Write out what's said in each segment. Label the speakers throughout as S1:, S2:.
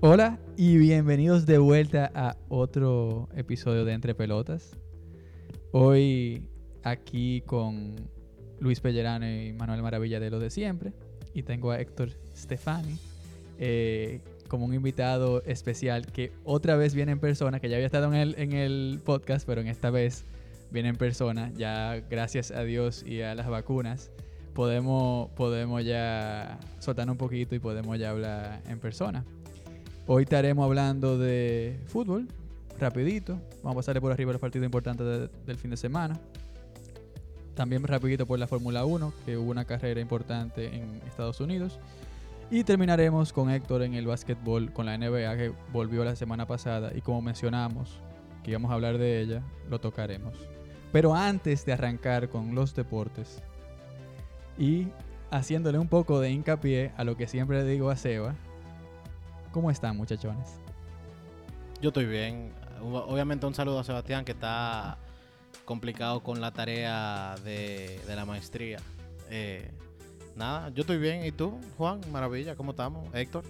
S1: Hola y bienvenidos de vuelta a otro episodio de Entre Pelotas. Hoy aquí con Luis Pellerano y Manuel Maravilla de lo de siempre. Y tengo a Héctor Stefani eh, como un invitado especial que otra vez viene en persona, que ya había estado en el, en el podcast, pero en esta vez viene en persona. Ya gracias a Dios y a las vacunas podemos, podemos ya soltar un poquito y podemos ya hablar en persona. Hoy estaremos hablando de fútbol, rapidito. Vamos a pasarle por arriba los partidos importantes de- del fin de semana. También rapidito por la Fórmula 1, que hubo una carrera importante en Estados Unidos. Y terminaremos con Héctor en el básquetbol, con la NBA que volvió la semana pasada. Y como mencionamos que íbamos a hablar de ella, lo tocaremos. Pero antes de arrancar con los deportes y haciéndole un poco de hincapié a lo que siempre le digo a Seba, ¿Cómo están, muchachones?
S2: Yo estoy bien. Ob- Obviamente un saludo a Sebastián que está complicado con la tarea de, de la maestría. Eh, nada, yo estoy bien. ¿Y tú, Juan? Maravilla, ¿cómo estamos? Héctor,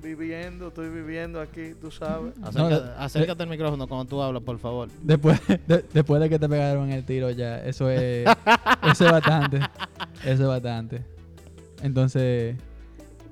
S3: Viviendo, estoy viviendo aquí, tú sabes.
S2: acerca-
S1: de-
S2: acércate al micrófono cuando tú hablas, por favor.
S1: Después de, después de que te pegaron el tiro ya, eso es, eso es bastante. Eso es bastante. Entonces,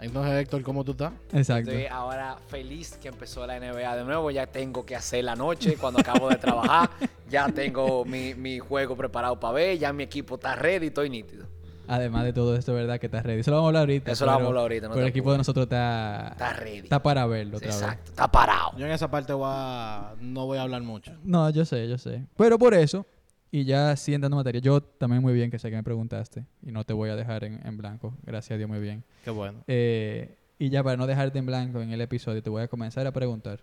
S2: Entonces, Héctor, ¿cómo tú estás?
S1: exacto.
S4: Estoy ahora feliz que empezó la NBA de nuevo. Ya tengo que hacer la noche cuando acabo de trabajar. ya tengo mi, mi juego preparado para ver. Ya mi equipo está ready, estoy nítido.
S1: Además de todo esto, ¿verdad? Que está ready. Eso lo vamos a hablar ahorita.
S4: Eso lo vamos a
S1: pero-
S4: hablar ahorita, no
S1: pero el
S4: te
S1: equipo de nosotros está,
S4: Está ready.
S1: está para verlo otra vez.
S4: Exacto, está parado.
S2: Yo en esa parte voy a- no voy a hablar mucho.
S1: No, yo sé, yo sé. Pero por eso, y ya sí entrando en materia, yo también muy bien que sé que me preguntaste y no te voy a dejar en, en blanco. Gracias a Dios, muy bien.
S2: Qué bueno.
S1: Eh, y ya para no dejarte en blanco en el episodio, te voy a comenzar a preguntar.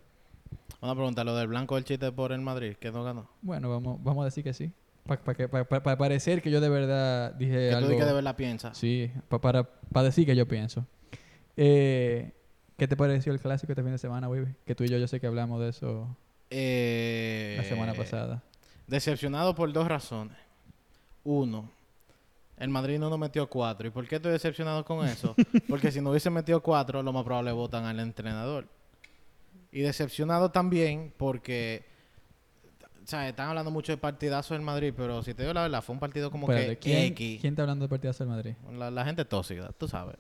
S2: Una pregunta, lo del blanco del chiste por el Madrid, que no ganó.
S1: Bueno, vamos, vamos a decir que sí. Para parecer que yo de verdad dije
S2: Que tú
S1: algo.
S2: di que de verdad piensas.
S1: Sí, pa- para, para decir que yo pienso. Eh, ¿Qué te pareció el clásico este fin de semana, Wibi? Que tú y yo yo sé que hablamos de eso
S2: Eh,
S1: la semana pasada.
S2: Decepcionado por dos razones. Uno, el Madrid no nos metió cuatro. ¿Y por qué estoy decepcionado con eso? Porque si no hubiese metido cuatro, lo más probable votan al entrenador. Y decepcionado también porque, o sea, están hablando mucho de partidazo del Madrid, pero si te digo la verdad, fue un partido como
S1: Espérate,
S2: que...
S1: ¿quién,
S2: X.
S1: quién está hablando de partidas del Madrid?
S2: La, la gente tóxica, tú sabes.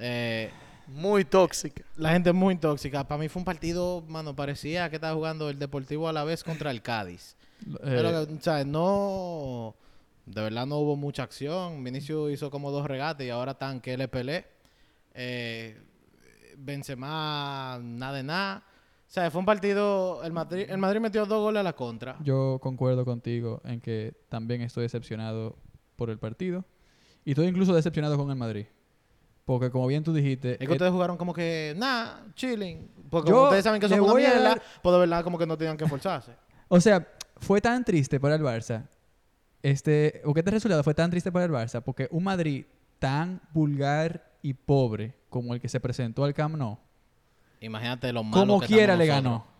S2: Eh,
S3: Muy tóxica.
S2: la gente es muy tóxica. Para mí fue un partido, mano, parecía que estaba jugando el Deportivo a la vez contra el Cádiz.
S1: Lo- eh,
S2: Pero, o sea, no. De verdad no hubo mucha acción. Vinicius hizo como dos regates y ahora están que le peleé. Eh, Benzema, nada de nada. O sea, fue un partido. El Madrid, el Madrid metió dos goles a la contra.
S1: yo concuerdo contigo en que también estoy decepcionado por el partido. Y estoy incluso decepcionado con el Madrid. Porque como bien tú dijiste...
S2: es
S1: eh,
S2: que ustedes jugaron como que, nada, chilling. Porque
S1: Yo
S2: como ustedes saben que
S1: le
S2: son una
S1: voy a
S2: mierda,
S1: dar-
S2: pues de verdad como que no tenían que esforzarse.
S1: O sea, fue tan triste para el Barça. Este, o que este resultado fue tan triste para el Barça porque un Madrid tan vulgar y pobre como el que se presentó al Camp Nou,
S2: Imagínate lo malo
S1: como
S2: que
S1: quiera le
S2: estamos nosotros.
S1: ganó.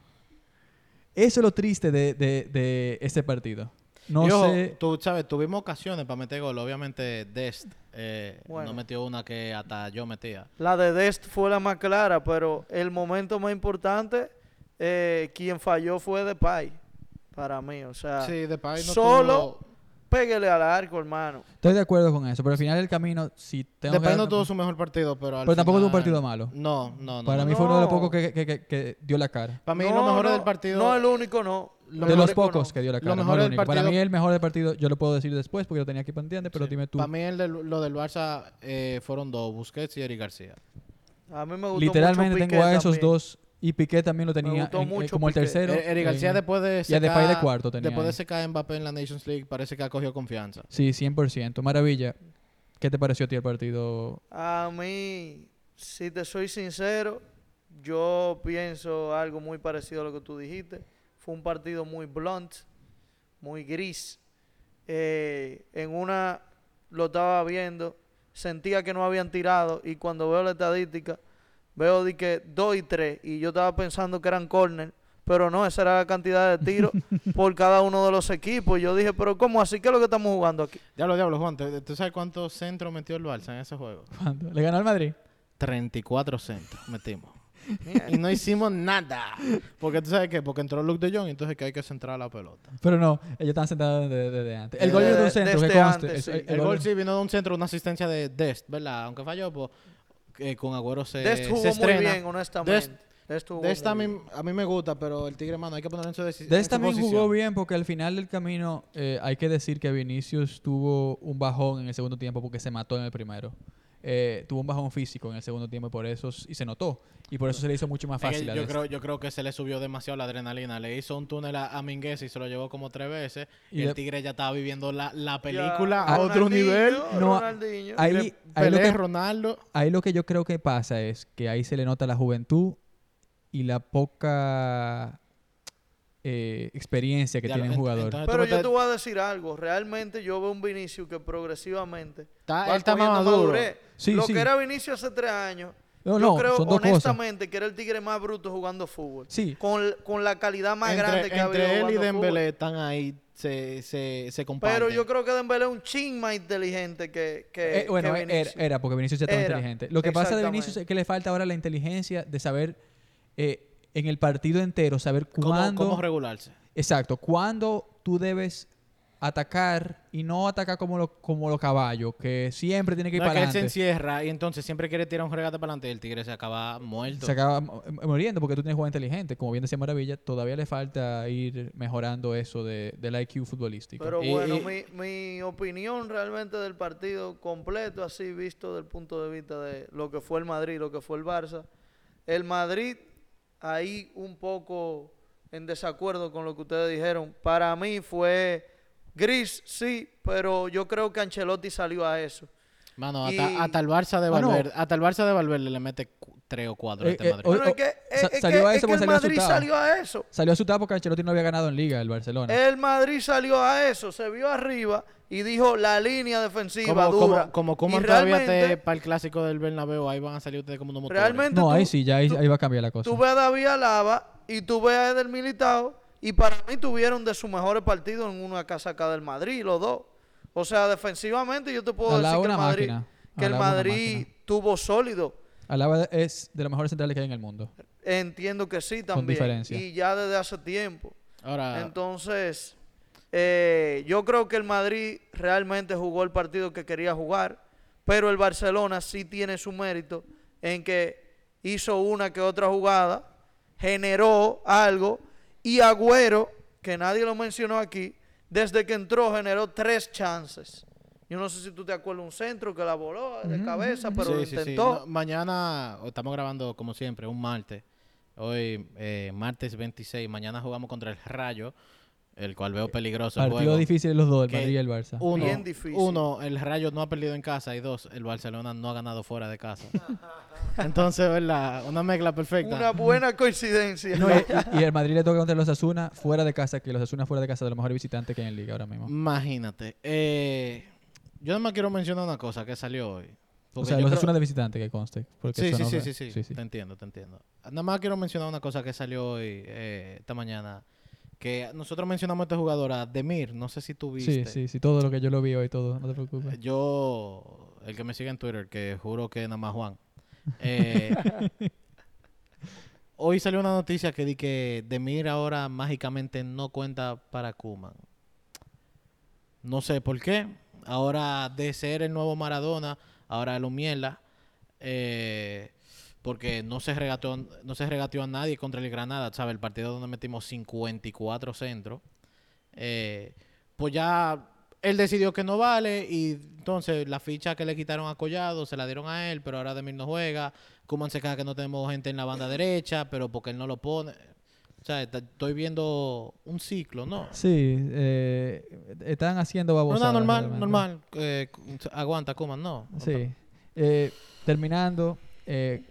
S1: Eso es lo triste de, de, de este partido. No
S2: Y ojo,
S1: sé.
S2: tú sabes, tuvimos ocasiones para meter gol. Obviamente, Dest eh, no
S3: Bueno.
S2: metió una que hasta yo metía.
S3: La de Dest fue la más clara, pero el momento más importante, eh, quien falló fue Depay, para mí. O sea,
S2: Sí, Depay no
S3: solo-
S2: tuvo...
S3: pégale al arco, hermano.
S1: Estoy de acuerdo con eso, pero al final del camino, si tengo
S2: Depay
S1: que-
S2: no tuvo su mejor partido, pero al
S1: Pero tampoco tuvo un
S2: final-
S1: partido malo.
S2: No, no, no.
S1: Para
S2: no.
S1: mí fue uno de los
S3: No.
S1: pocos que, que- que- que dio la cara.
S2: Para mí
S3: No,
S2: lo mejor
S3: no,
S2: del partido...
S3: No, el único no.
S2: Lo
S1: de
S2: mejor
S1: los
S2: de-
S1: pocos
S3: no.
S1: que dio la
S2: Lo
S1: cara. no
S2: mejor
S1: el
S2: del
S1: único. Para
S2: partido-
S1: mí el mejor del partido, yo lo puedo decir después porque lo tenía aquí pendiente, pero dime tú.
S2: Para mí el de- lo del Barça eh, fueron dos, Busquets y Eric García.
S3: A mí me gustó
S1: Literalmente
S3: mucho
S1: tengo
S3: Piqué
S1: a esos
S3: también.
S1: dos y Piqué también lo tenía
S3: gustó
S1: en- eh,
S3: mucho
S1: como el
S3: Piqué.
S1: tercero.
S2: Eh, Eric
S1: en-
S2: García después de
S1: y a Depay
S2: secar-
S1: de cuarto tenía
S2: Después
S1: ahí.
S2: de secar a Mbappé en la Nations League, parece que ha cogido confianza.
S1: Sí, 100%. Maravilla. ¿Qué te pareció a ti el partido?
S3: A mí, si te soy sincero, yo pienso algo muy parecido a lo que tú dijiste. Fue un partido muy blunt, muy gris. Eh, en una lo estaba viendo, sentía que no habían tirado y cuando veo la estadística, veo de que 2 y 3 y yo estaba pensando que eran corner. Pero no, esa era la cantidad de tiros por cada uno de los equipos. Yo dije, pero ¿cómo así? ¿Qué es lo que estamos jugando aquí?
S2: Diablo, diablo, Juan, ¿tú, tú sabes cuántos centros metió el Barça en ese juego?
S1: ¿Cuánto? ¿Le ganó al Madrid?
S2: 34 centros metimos. y no hicimos nada. Porque tú sabes qué, porque entró Luke de Jong, entonces que hay que centrar la pelota.
S1: Pero no, ellos están sentados desde, desde antes. El gol
S3: Desde-
S1: es de un centro, que
S3: desde
S1: conste.
S3: antes,
S1: El-
S3: sí.
S1: el
S2: El gol
S1: gol-
S2: sí vino de un centro, una asistencia de Dest, ¿verdad? Aunque falló, pues, eh, con Agüero se,
S3: Dest
S2: se
S3: jugó muy
S2: estrena.
S3: bien, honestamente. Dest jugó
S2: Dest
S3: muy bien.
S2: también, a mí me gusta, pero el Tigre, mano, hay que ponerlo en su decisión.
S1: Dest también jugó bien porque al final del camino eh, hay que decir que Vinicius tuvo un bajón en el segundo tiempo porque se mató en el primero. Eh, tuvo un bajón físico en el segundo tiempo y por eso s- y se notó y por eso se le hizo mucho más
S2: Es que
S1: fácil. a
S2: yo,
S1: Dest.
S2: creo, yo creo que se le subió demasiado la adrenalina. Le hizo un túnel a, a Mingueza y se lo llevó como tres veces.
S1: Y
S2: Y el
S1: de-
S2: Tigre ya estaba viviendo la, la
S3: Ya,
S2: película a otro
S3: Ronaldinho,
S2: nivel.
S1: No,
S3: Ronaldinho.
S1: ahí-
S2: Pelé,
S1: ahí lo que-
S2: Ronaldo.
S1: Ahí lo que yo creo que pasa es que ahí se le nota la juventud y la poca eh, experiencia que
S2: Ya lo-
S1: tiene el
S2: ent-
S1: jugador.
S2: entonces este tú
S3: Pero
S2: me
S3: yo
S2: estás-
S3: te voy a decir algo. Realmente yo veo un Vinicio que progresivamente
S2: Está-
S3: va
S2: Ah, él está más
S3: cogiendo
S2: maduro.
S3: madurez.
S1: Sí,
S3: Lo
S1: sí.
S3: que era Vinicio hace tres años,
S1: No,
S3: yo
S1: no,
S3: creo
S1: son dos cosas.
S3: honestamente que era el tigre más bruto jugando fútbol.
S1: Sí.
S3: Con, con la calidad más
S2: entre,
S3: grande que ha
S2: entre
S3: habido
S2: él y
S3: jugando fútbol.
S2: Dembélé están ahí, se, se, se comparten.
S3: Pero yo creo que Dembélé es un ching más inteligente que, que,
S1: Eh, bueno,
S3: que
S1: era-
S3: Vinicius.
S1: Era, porque Vinicius ya estaba
S3: Era,
S1: inteligente. Lo que pasa de
S3: exactamente.
S1: Vinicius es que le falta ahora la inteligencia de saber eh, en el partido entero, saber
S2: ¿Cómo,
S1: cuándo.
S2: cómo regularse?
S1: exacto, cuándo tú debes atacar y no atacar como los como los caballos, que siempre tiene que ir
S2: No, es que
S1: para
S2: él se
S1: adelante.
S2: encierra y entonces siempre quiere tirar un regate para adelante y el Tigre se acaba muerto.
S1: Se acaba mo- eh, muriendo porque tú tienes jugador inteligente. Como bien decía Maravilla, todavía le falta ir mejorando eso de, del IQ futbolístico.
S3: Pero
S2: Y-
S3: bueno,
S2: y-
S3: mi, mi opinión realmente del partido completo, así visto del punto de vista de lo que fue el Madrid, lo que fue el Barça. El Madrid, ahí un poco en desacuerdo con lo que ustedes dijeron. Para mí fue gris, sí, pero yo creo que Ancelotti salió a eso.
S2: Mano,
S3: Y-
S2: hasta, hasta el Barça de
S1: Ah, no.
S2: Valverde, hasta el Barça de Valverde le mete cu- tres o cuatro a
S1: Eh,
S2: este
S1: eh,
S2: Madrid.
S1: hoy-
S3: Pero es que,
S1: sa-
S3: es- es
S1: salió
S3: que-
S1: a
S3: es
S1: eso
S3: que
S1: porque
S3: el
S1: salió
S3: Madrid
S1: asustado.
S3: salió a eso.
S1: Salió asustado porque Ancelotti no había ganado en Liga el Barcelona.
S2: Eh,
S3: El Madrid salió a eso, se vio arriba y dijo la línea defensiva
S2: Como,
S3: dura.
S2: como, como
S3: Y
S2: Koeman todavía
S3: realmente-
S2: te- para el clásico del Bernabéu, ahí van a salir ustedes como unos motores.
S3: Realmente
S1: no,
S3: tú-
S1: ahí sí, ya ahí,
S3: tú-
S1: ahí va a cambiar la cosa.
S3: Tú ves a David Alaba y tú ves a Eder Militao y para mí tuvieron de sus mejores partidos en una casa acá del Madrid, los dos. O sea, defensivamente yo te puedo
S1: Alaba
S3: decir que
S1: una
S3: el Madrid,
S1: máquina.
S3: que el
S1: Alaba una
S3: Madrid
S1: máquina.
S3: tuvo sólido.
S1: Alaba es de los mejores centrales que hay en el mundo.
S3: Entiendo que sí también.
S1: diferencia.
S3: Y ya desde hace tiempo.
S2: Ahora,
S3: Entonces, eh, yo creo que el Madrid realmente jugó el partido que quería jugar, pero el Barcelona sí tiene su mérito en que hizo una que otra jugada, generó algo, y Agüero, que nadie lo mencionó aquí, desde que entró generó tres chances. Yo no sé si tú te acuerdas un centro que la voló de cabeza, pero
S2: sí,
S3: lo
S2: sí, sí.
S3: intentó.
S2: No, mañana o estamos grabando, como siempre, un martes. Hoy, eh, martes 26. Mañana jugamos contra el Rayo, el cual veo peligroso. el
S1: Partido
S2: juego.
S1: difícil los dos, el
S2: que
S1: Madrid y el Barça.
S2: Uno,
S3: Bien difícil.
S2: uno, el Rayo no ha perdido en casa. Y dos, el Barcelona no ha ganado fuera de casa. Entonces, ¿verdad? Una mezcla perfecta.
S3: Una buena coincidencia.
S1: No, y, y- y el Madrid le toca contra los Asuna fuera de casa, que los Asuna fuera de casa de los mejores visitantes que hay en Liga ahora
S2: Mm,
S1: mismo.
S2: Imagínate. Eh, yo nada más quiero mencionar una cosa que salió hoy.
S1: O
S2: Porque
S1: sea,
S2: yo
S1: los
S2: creo-
S1: Asuna de visitante, que conste. porque
S2: Sí,
S1: eso
S2: sí,
S1: no-
S2: sí, sí, sí, Te entiendo, te entiendo. Nada más quiero mencionar una cosa que salió hoy, eh, esta mañana. Que nosotros mencionamos a esta jugadora, Demir. No sé si tú
S1: Sí,
S2: viste.
S1: sí, sí, todo lo que yo lo vi hoy, todo, no te preocupes.
S2: Yo, el que me sigue en Twitter, que juro que nada más Juan. eh, hoy salió una noticia que di que Demir ahora mágicamente no cuenta para Kuman. No sé por qué. Ahora de ser el nuevo Maradona, ahora lo mierda. eh, porque no se, regateó, no se regateó a nadie contra el Granada, ¿sabes? El partido donde metimos 54 centros. Eh, pues ya él decidió que no vale y entonces la ficha que le quitaron a Collado se la dieron a él, pero ahora Demir no juega. Kuman se queja que no tenemos gente en la banda derecha, pero porque él no lo pone. O sea, está- estoy viendo un ciclo, ¿no?
S1: Sí, eh, están haciendo
S2: No,
S1: babosadas.
S2: no, normal,
S1: realmente.
S2: normal. Eh, aguanta, Kuman, no.
S1: Sí. Eh, terminando, eh,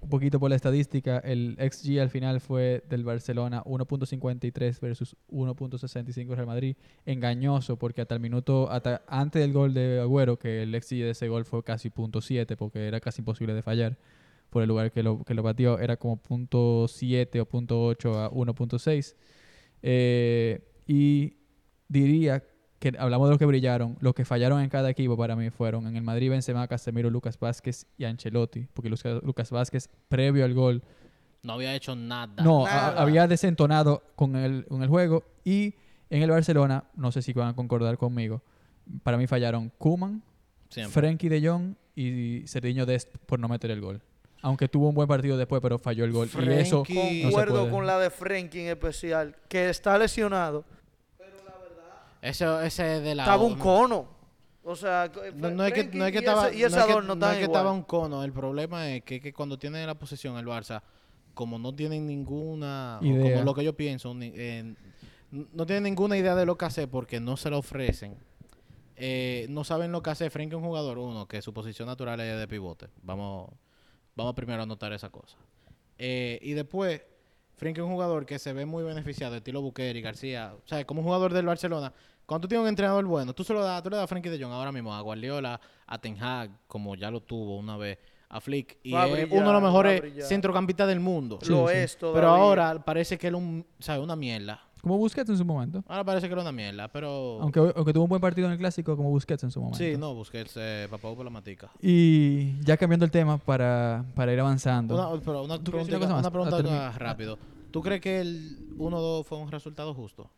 S1: un poquito por la estadística, el XG al final fue del Barcelona 1.53 versus 1.65 Real Madrid. Engañoso porque hasta el minuto, hasta antes del gol de Agüero, que el XG de ese gol fue casi .7 porque era casi imposible de fallar por el lugar que lo, que lo batió, era como .7 o .8 a 1.6. Eh, y diría que hablamos de los que brillaron, los que fallaron en cada equipo para mí fueron en el Madrid Benzema, Casemiro, Lucas Vázquez y Ancelotti, porque Lucas, Lucas Vázquez previo al gol
S2: No había hecho nada.
S1: No,
S3: Nada.
S1: a- había desentonado con el, con el juego. Y en el Barcelona, no sé si van a concordar conmigo, para mí fallaron Kuman,
S2: Siempre.
S1: Frenkie de Jong y Cerdiño Dest por no meter el gol. Aunque tuvo un buen partido después, pero falló el gol. Y eso
S2: Frenkie.
S1: no se
S3: Concuerdo
S1: puede.
S3: con la de Frenkie en especial, que está lesionado.
S2: Eso, ese es de la
S3: Estaba
S2: O,
S3: un cono. O sea, co-
S2: Ah, No, no es que, no es que
S3: Frenkie y
S2: estaba,
S3: ese- y
S2: no
S3: ese
S2: es que-
S3: Adorno
S2: no es
S3: están
S2: que
S3: igual.
S2: estaba un cono. El problema es que, que cuando tienen la posesión el Barça, como no tienen ninguna, o
S1: Idea.
S2: como lo que yo pienso, ni- eh, no tienen ninguna idea de lo que hacer porque no se lo ofrecen. Eh, no saben lo que hace frente a un jugador uno que su posición natural es de pivote. Vamos, vamos primero a anotar esa cosa. Eh, y después, Frenkie es un jugador que se ve muy beneficiado, estilo Bukeri, García. O sea, como un jugador del Barcelona, cuando tú tienes un entrenador bueno, tú se lo das, tú le das a Frenkie de Jong ahora mismo, a Guardiola, a Ten Hag, como ya lo tuvo una vez, a Flick. Y
S3: Va a
S2: es
S3: brillar,
S2: uno de los
S3: va a
S2: mejores
S3: brillar.
S2: centrocampistas del mundo.
S1: Sí,
S3: Lo
S1: sí.
S3: es todavía.
S2: Pero ahora parece que él un, o sea, una mierda.
S1: Como Busquets en su momento.
S2: Ahora parece que era una mierda, pero...
S1: Aunque, aunque tuvo un buen partido en el clásico, como Busquets en su momento.
S2: sí, no, busqué el papá por la matica.
S1: Y ya cambiando el tema para, para ir avanzando.
S2: Una, pero una
S1: ¿Tú quieres decir una
S2: pregunta,
S1: cosa más?
S2: una pregunta
S1: Ah, termi-
S2: más rápido. ¿Tú crees que el 1-2 fue un resultado justo?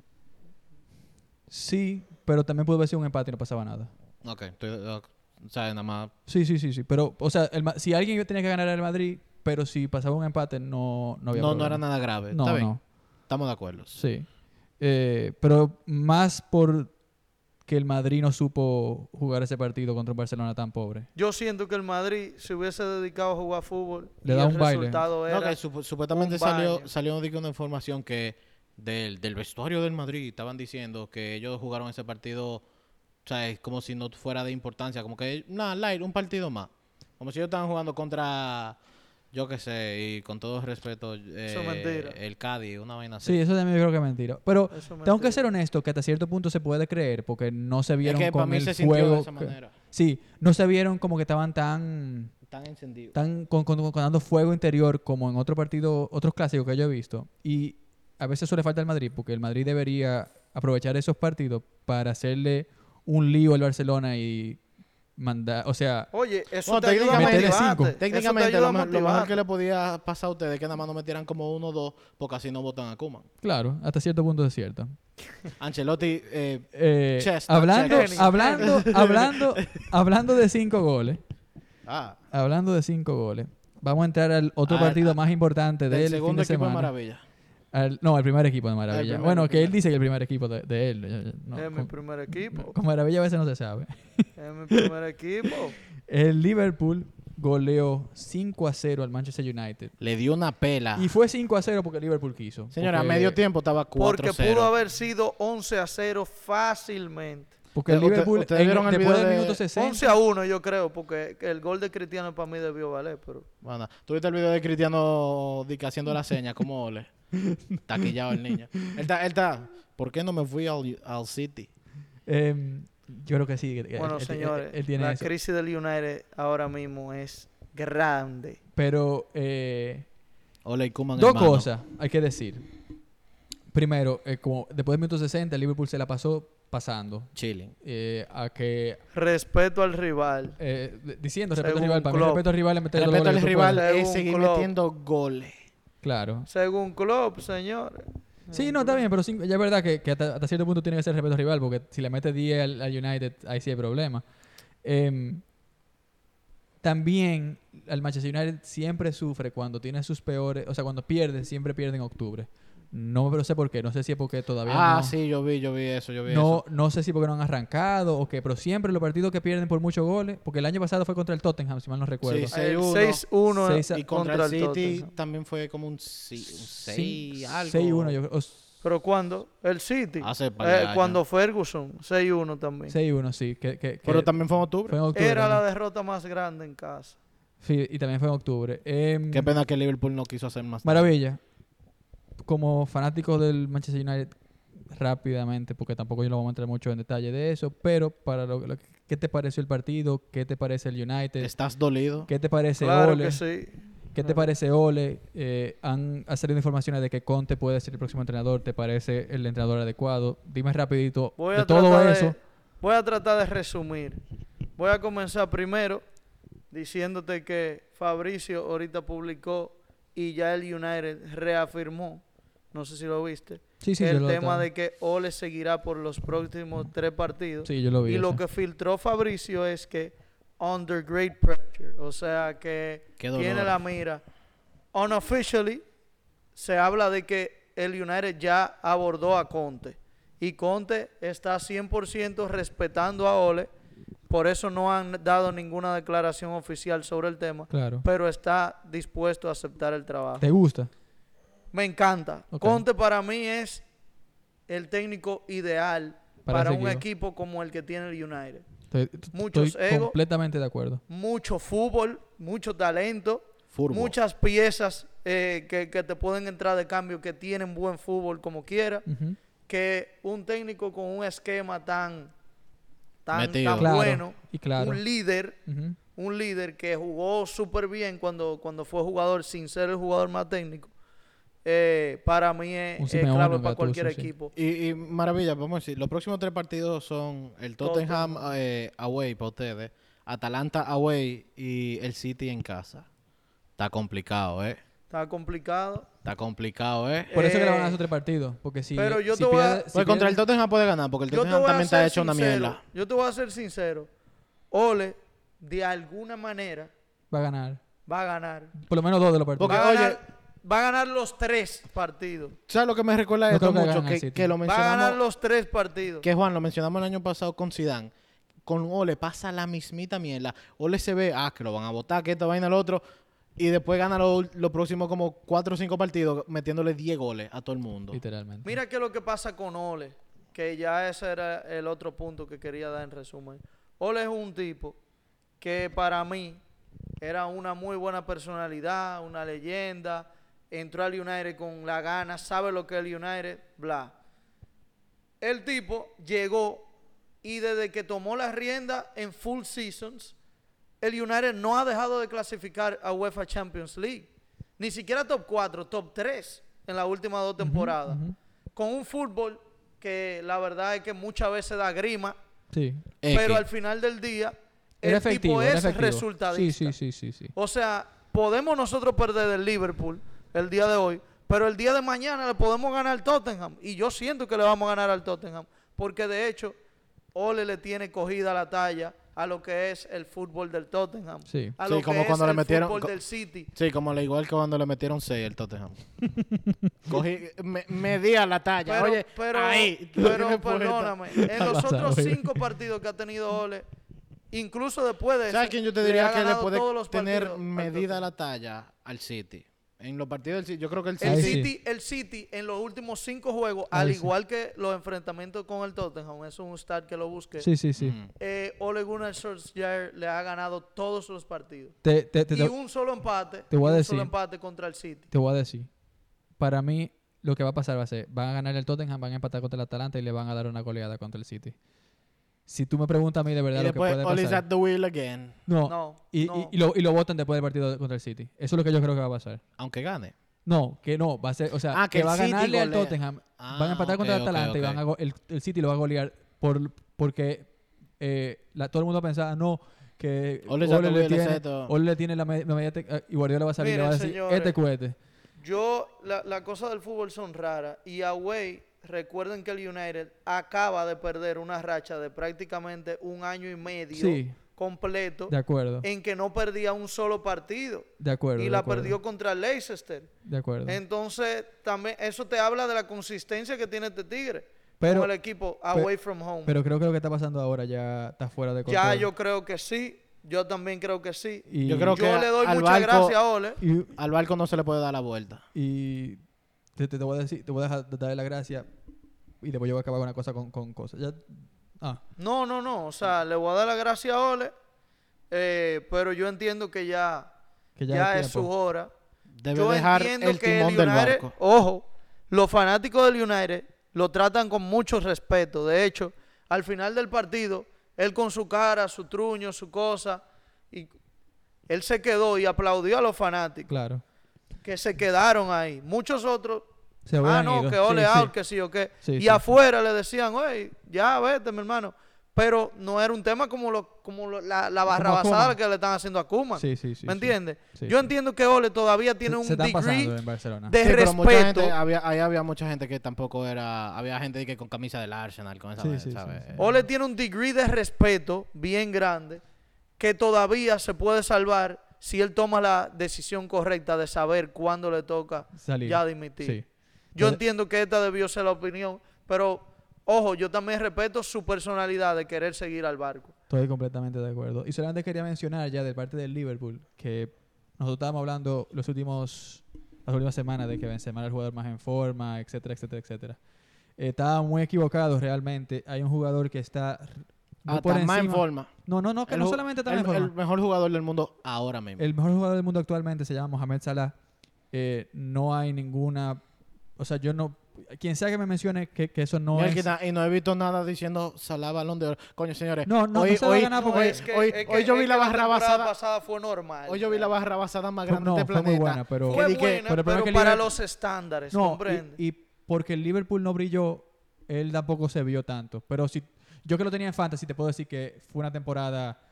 S1: Sí, pero también pudo haber sido un empate y no pasaba nada.
S2: Ok, estoy, o sea, nada más...
S1: Sí, sí, sí, sí. Pero, o sea, el Ma- si alguien tenía que ganar era el Madrid, pero si pasaba un empate no, no había
S2: No, no
S1: problema.
S2: era nada grave.
S1: No,
S2: Está bien,
S1: no.
S2: estamos de acuerdo.
S1: Sí. Eh, pero más por que el Madrid no supo jugar ese partido contra un Barcelona tan pobre.
S3: Yo siento que el Madrid se hubiese dedicado a jugar fútbol
S1: Le
S3: y
S1: da
S3: el
S1: un baile.
S3: resultado
S2: No,
S3: era...
S2: que sup- supuestamente
S3: un
S2: salió,
S3: baño.
S2: salió digo, una información que del, del vestuario del Madrid estaban diciendo que ellos jugaron ese partido, o sea, es como si no fuera de importancia, como que, nada, light, un partido más. Como si ellos estaban jugando contra, yo qué sé, y con todo respeto, eh,
S3: mentira.
S2: el Cádiz, una vaina así.
S1: Sí, eso también yo creo que es mentira. Pero
S3: Eso es
S1: tengo
S3: mentira.
S1: que ser honesto que hasta cierto punto se puede creer porque no se
S2: es
S1: vieron
S2: que para
S1: con
S2: mí
S1: el
S2: se sintió
S1: fuego.
S2: de esa
S1: que-
S2: manera.
S1: Sí, no se vieron como que estaban tan
S2: Tan encendido.
S1: tan con, con- con- con dando fuego interior como en otro partido, otros clásicos que yo he visto. Y a veces eso le falta al Madrid, porque el Madrid debería aprovechar esos partidos para hacerle un lío al Barcelona y mandar, o sea,
S3: Oye, eso
S2: Bueno,
S3: te ayuda a
S1: técnicamente-
S3: motivarte.
S1: Meterle
S3: Eso te
S2: Técnicamente,
S3: ayuda
S2: lo,
S3: a
S2: me- lo mejor
S3: motivarte.
S2: que le podía pasar a ustedes es que nada más no metieran como uno o dos, porque así no votan a Kuman.
S1: claro, hasta cierto punto es cierto.
S2: Ancelotti, eh,
S1: Eh,
S2: Chestnut,
S1: hablando,
S3: chestnut.
S1: hablando, hablando, hablando de cinco goles,
S2: ah,
S1: hablando de cinco goles, vamos a entrar al otro
S2: Al-
S1: partido
S2: al-
S1: más importante
S2: Ah, del
S1: del fin
S2: segundo
S1: de
S2: equipo de
S1: semana.
S2: Maravilla.
S1: Al- no, el primer equipo de Maravilla.
S2: primer,
S1: bueno,
S2: el
S1: que él
S2: primer.
S1: dice que el primer equipo de, de él. eh, no,
S3: Es mi
S1: con-
S3: primer equipo.
S1: Con Maravilla a veces no se sabe.
S3: Es mi primer equipo.
S1: El Liverpool goleó 5 a 0 al Manchester United.
S2: Le dio una pela.
S1: Y fue 5 a 0 porque el Liverpool quiso.
S2: Señora, a
S1: porque-
S2: medio tiempo estaba 4-0.
S3: Porque pudo haber sido 11 a 0 fácilmente.
S1: Porque el
S2: Usted-
S1: Liverpool,
S2: eh, ustedes
S1: en-
S2: vieron el
S1: después
S2: video
S1: del
S2: de-
S1: minuto 60,
S3: 11 a 1 yo creo, porque el gol de Cristiano para mí debió valer, pero...
S2: Bueno, tuviste el video de Cristiano Dica haciendo la seña, como ole. Taquillado el niño. Él está, él está. ¿Por qué no me fui al, al City?
S1: em, yo creo que sí. que- que
S3: Bueno,
S1: él- él-
S3: señores,
S1: él, él tiene
S3: la
S1: eso.
S3: crisis del United ahora mismo es grande.
S1: Pero eh,
S2: Ole y Kuman.
S1: dos cosas hay que decir. Primero, eh, como después del minuto 60, el Liverpool se la pasó pasando.
S2: Chilling.
S1: eh, a que
S3: Respeto al rival.
S1: eh, d- diciendo respeto al
S3: Según
S1: rival, para mí
S3: Klopp.
S1: respeto al rival es meter los
S2: Respeto
S1: goles
S2: al
S1: que tú
S2: rival
S1: puedas.
S2: es
S3: Según
S2: seguir
S3: Klopp.
S2: metiendo goles.
S1: Claro.
S3: Según Klopp, señores.
S1: Sí, no, está bien, pero cinco- ya es verdad que, que hasta, hasta cierto punto tiene que ser respeto al rival, porque si le mete 10 al, al United, ahí sí hay problema. Em, también al Manchester United siempre sufre cuando tiene sus peores, o sea, cuando pierde, siempre pierde en octubre. No pero sé por qué, no sé si es porque todavía
S2: Ah,
S1: no,
S2: sí, yo vi, yo vi eso, yo vi
S1: no,
S2: eso.
S1: no sé si porque no han arrancado o qué, pero siempre los partidos que pierden por muchos goles, porque el año pasado fue contra el Tottenham, si mal no recuerdo.
S2: sí.
S3: El
S2: 6-1.
S3: 6-1
S2: Y contra, el City
S3: Tottenham.
S2: también fue como un 6, algo.
S1: 6-1, yo creo, o s-
S3: ¿Pero cuándo? El City.
S2: Hace par de
S3: Eh,
S2: años.
S3: cuando Ferguson, 6-1 también.
S1: 6-1, sí. Que, que- que
S2: Pero también fue en octubre.
S1: fue en octubre.
S3: Era la
S1: también.
S3: derrota más grande en casa.
S1: Sí, y también fue en octubre. Em,
S2: Qué pena que Liverpool no quiso hacer más.
S1: Maravilla. Como fanático del Manchester United, rápidamente, porque tampoco yo lo voy a entrar mucho en detalle de eso, pero para lo, lo- ¿qué te pareció el partido? ¿Qué te parece el United?
S2: ¿Estás dolido?
S1: ¿Qué te parece
S3: Claro
S1: Ole?
S3: que sí.
S1: ¿Qué te parece Ole? Eh, han ha salido informaciones de que Conte puede ser el próximo entrenador. ¿Te parece el entrenador adecuado? Dime rapidito
S3: Voy
S1: de
S3: a
S1: todo
S3: tratar de-
S1: eso.
S3: voy a tratar de resumir. Voy a comenzar primero diciéndote que Fabricio ahorita publicó y ya el United reafirmó, no sé si lo viste,
S1: Sí, sí, yo
S3: el
S1: lo
S3: tema
S1: estaba-
S3: de que Ole seguirá por los próximos tres partidos.
S1: Sí, yo lo vi.
S3: y lo
S1: eso.
S3: que filtró Fabricio es que under great pressure, o sea que
S2: Qué dolor.
S3: tiene la mira. Unofficially, se habla de que el United ya abordó a Conte. Y Conte está 100% respetando a Ole. Por eso no han dado ninguna declaración oficial sobre el tema.
S1: Claro.
S3: Pero está dispuesto a aceptar el trabajo.
S1: ¿Te gusta?
S3: Me encanta.
S1: Ok.
S3: Conte para mí es el técnico ideal
S1: Para
S3: para,
S1: ese
S3: un
S1: equipo.
S3: equipo como el que tiene el United.
S1: Estoy, t-
S3: Muchos
S1: estoy
S3: ego.
S1: completamente de acuerdo.
S3: Mucho fútbol, mucho talento.
S2: Furbo.
S3: muchas piezas eh, que, que te pueden entrar de cambio, que tienen buen fútbol como quiera,
S1: Ujú.
S3: que un técnico con un esquema tan, tan,
S2: Metido.
S3: tan
S1: Claro,
S3: bueno,
S1: y claro.
S3: un líder,
S1: Ujú.
S3: un líder que jugó súper bien cuando, cuando fue jugador, sin ser el jugador más técnico, eh, para mí
S1: Un
S3: es, es
S1: Simeone,
S3: clave
S1: un
S3: para cualquier
S1: Gattuso, sí.
S3: equipo.
S2: Y, y maravilla, vamos a decir, los próximos tres partidos son el Tottenham eh, away para ustedes, Atalanta away y el City en casa. Está complicado, ¿eh?
S3: Está complicado.
S2: Está complicado, ¿eh?
S1: Por eso que le van a
S3: Eh,
S1: hacer tres partidos. Porque si.
S3: pero yo
S1: si
S3: te voy a-
S1: pierde- si
S2: Pues contra el
S1: pierde-
S2: Tottenham puede ganar, porque el
S3: Yo te
S2: Tottenham
S3: voy a
S2: también está
S3: ser
S2: hecho una
S3: sincero,
S2: mierda.
S3: yo te voy a ser sincero. Ole, de alguna manera,
S1: Va a ganar.
S3: va a ganar.
S1: Por lo menos dos de los partidos.
S2: Porque,
S3: va, a
S2: oye-
S3: ganar, va a ganar los tres partidos.
S2: ¿Sabes lo que me recuerda
S1: No
S2: esto
S1: creo que
S2: mucho?
S1: gane el
S2: Que,
S1: City.
S2: que lo
S3: Va a ganar
S2: mencionamos,
S3: los tres partidos.
S2: que Juan, lo mencionamos el año pasado con Zidane. Con Ole pasa la mismita mierda. Ole se ve, ah, que lo van a votar, que esta vaina, lo otro. Y después gana los lo próximos como cuatro o cinco partidos metiéndole 10 goles a todo el mundo.
S1: Literalmente.
S3: Mira qué es lo que pasa con Ole, que ya ese era el otro punto que quería dar en resumen. Ole es un tipo que para mí era una muy buena personalidad, una leyenda, entró al United con la gana, sabe lo que es el United, bla. El tipo llegó y desde que tomó la rienda en full seasons, el United no ha dejado de clasificar a UEFA Champions League. Ni siquiera top 4, top 3 en las últimas dos temporadas. Con un fútbol que la verdad es que muchas veces da grima,
S1: Sí.
S2: X.
S3: pero al final del día el
S1: Era efectivo.
S3: tipo
S1: era
S3: es
S1: efectivo.
S3: resultadista.
S1: Sí, sí, sí, sí. sí.
S3: O sea, podemos nosotros perder el Liverpool el día de hoy, pero el día de mañana le podemos ganar al Tottenham. Y yo siento que le vamos a ganar al Tottenham, porque de hecho, Ole le tiene cogida la talla a lo que es el fútbol del Tottenham.
S1: Sí.
S3: A
S2: Sí,
S3: lo
S2: como
S3: que
S2: cuando
S3: es
S2: le
S3: el
S2: metieron- co-
S3: fútbol del City.
S2: Sí, como lo igual que cuando le metieron 6 el Tottenham. Cogí, me, medía la talla.
S3: Pero,
S2: Oye,
S3: pero,
S2: ahí, lo
S3: pero
S2: tienes puesto.
S3: perdóname, en los
S1: pasado,
S3: otros
S1: oye.
S3: cinco partidos que ha tenido Ole, incluso después de
S2: ¿Sabes
S3: ese,
S2: quién yo te
S3: le
S2: diría
S3: ha
S2: que le
S3: ganado todos
S2: puede
S3: los
S2: tener
S3: partidos al
S2: medida
S3: Tottenham.
S2: la talla al City? En los partidos del City, yo creo que el City.
S3: El
S1: Ahí sí.
S3: City, el City en los últimos cinco juegos,
S1: Ahí sí.
S3: al igual que los enfrentamientos con el Tottenham, es un stat que lo busque.
S1: Sí, sí, sí.
S2: Mm.
S3: eh, Ole Gunnar Solskjaer le ha ganado todos los partidos.
S1: Te, te, te,
S3: y un solo empate.
S1: te voy a
S3: y un
S1: decir.
S3: solo empate contra el City.
S1: te voy a decir. Para mí, lo que va a pasar va a ser: van a ganar el Tottenham, van a empatar contra el Atalanta y le van a dar una goleada contra el City. Si tú me preguntas a mí de
S2: Y
S1: verdad lo que
S2: después,
S1: puede
S2: Ole is
S1: pasar.
S2: at the wheel again.
S1: No,
S3: No,
S1: y,
S3: no.
S1: Y, y lo, y lo votan después del partido contra el City. Eso es lo que yo creo que va a pasar.
S2: Aunque gane.
S1: No, que no, va a ser, o sea,
S2: Ah, que
S1: que,
S2: el
S1: va a
S2: City
S1: ganarle al
S2: golea.
S1: Tottenham,
S2: Ah,
S1: van a empatar contra el
S2: ok, ok,
S1: Atalanta y van a go- el, el City lo va a golear por, porque eh, la- todo el mundo pensaba, no, que
S2: Ole ya
S1: Ole
S2: tuvo
S1: le,
S2: el
S1: tiene,
S2: acento.
S1: Ole le tiene la, me- la media tec- y Guardiola va a salir y le va a
S3: Miren,
S1: decir,
S3: señores.
S1: este cohete.
S3: Yo, la, la cosa del fútbol son raras. Y away, recuerden que el United acaba de perder una racha de prácticamente un año y medio
S1: Sí.
S3: completo
S1: De acuerdo,
S3: en que no perdía un solo partido.
S1: de acuerdo.
S3: y
S1: de
S3: la
S1: acuerdo,
S3: perdió contra el Leicester.
S1: De acuerdo.
S3: Entonces, también eso te habla de la consistencia que tiene este Tigre
S1: Pero-
S3: con el equipo away from home.
S1: Pero creo que lo que está pasando ahora ya está fuera de control.
S3: ya yo creo que sí, yo también creo que sí.
S1: Y-
S2: Yo creo
S3: yo
S2: que
S3: le doy
S2: al
S3: muchas
S2: barco-
S3: gracias a Ole.
S1: y-
S2: Al barco no se le puede dar la vuelta.
S1: Y te, te, te voy a decir, te voy a dejar de dar la gracia y después yo voy a acabar con una cosa con, con cosas. Ya, ah,
S3: No, no, no, o sea, le voy a dar las gracias a Ole, eh, pero yo entiendo que ya,
S1: que ya,
S3: ya,
S1: es
S3: es su
S1: tiempo.
S3: hora.
S2: Debe
S3: yo
S2: dejar
S3: entiendo
S2: el
S3: que el
S2: timón del
S3: United,
S2: barco.
S3: ojo, los fanáticos del United lo tratan con mucho respeto. De hecho, al final del partido, él con su cara, su truño, su cosa, y él se quedó y aplaudió a los fanáticos
S1: Claro.
S3: que se quedaron ahí. Muchos otros,
S1: Se
S3: ah,
S1: hubieran
S3: no,
S1: ido.
S3: que ole
S1: Sí,
S3: out,
S1: sí.
S3: que sí o qué.
S1: Sí,
S3: y
S1: sí, sí.
S3: afuera le decían, oye, ya vete, mi hermano. Pero no era un tema como, lo, como lo- la, la barra
S1: Como a
S3: basada
S1: Koeman.
S3: que le están haciendo a Kuma.
S1: Sí, sí, sí.
S3: ¿Me
S1: sí.
S3: entiendes?
S1: Sí,
S3: Yo
S1: sí.
S3: entiendo que Ole todavía tiene
S1: Se-
S3: un
S1: Se están pasando
S3: degree
S1: en Barcelona.
S3: de
S2: Sí, pero mucha gente- ah,
S3: respeto.
S2: había, ahí había mucha gente que tampoco era. Había gente de que con camisa del Arsenal, con esa
S1: Sí,
S2: vaina,
S1: sí, sí,
S2: ¿sabes?
S1: sí.
S3: Ole tiene un degree de respeto bien grande que todavía se puede salvar si él toma la decisión correcta de saber cuándo le toca
S1: Salir.
S3: ya dimitir.
S1: Sí.
S3: Yo
S2: Eh.
S1: Entonces-
S3: entiendo que esta debió ser la opinión, pero ojo, yo también respeto su personalidad de querer seguir al barco.
S1: Estoy completamente de acuerdo. Y solamente quería mencionar ya de parte del Liverpool que nosotros estábamos hablando los últimos, las últimas semanas de que Benzema era el jugador más en forma, etcétera, etcétera, etcétera. Eh, Estaba muy equivocado realmente. Hay un jugador que está r- muy
S2: Hasta Ah, más en
S1: encima-
S2: forma.
S1: No, no, no, que
S2: El
S1: no
S2: ju-
S1: solamente está
S2: el,
S1: en forma.
S2: el mejor jugador del mundo ahora mismo.
S1: El mejor jugador del mundo actualmente se llama Mohamed Salah. Eh, no hay ninguna. O sea, yo no. Quien sea que me mencione que, que eso no
S2: Mira,
S1: es.
S2: quita- y no he visto nada diciendo Salah Balón de Oro. Coño, señores.
S1: No, no,
S2: hoy,
S1: no se lo
S2: hoy-
S1: va a ganar porque.
S2: Ah, hoy-
S1: es-
S2: hoy- hoy yo vi la barra
S3: temporada
S2: basada.
S3: pasada fue normal.
S2: Hoy yo vi la barra basada más
S1: Fue-
S2: grande
S1: no,
S2: del
S1: fue muy
S2: planeta.
S1: buena, pero-
S3: Fue
S2: Que di que-
S3: buena,
S1: pero el
S3: pero,
S1: problema es que
S3: para
S1: Liverpool-
S3: los estándares,
S1: no,
S3: comprende.
S1: y, y porque el Liverpool no brilló, él tampoco se vio tanto. Pero si yo que lo tenía en fantasy, te puedo decir que fue una temporada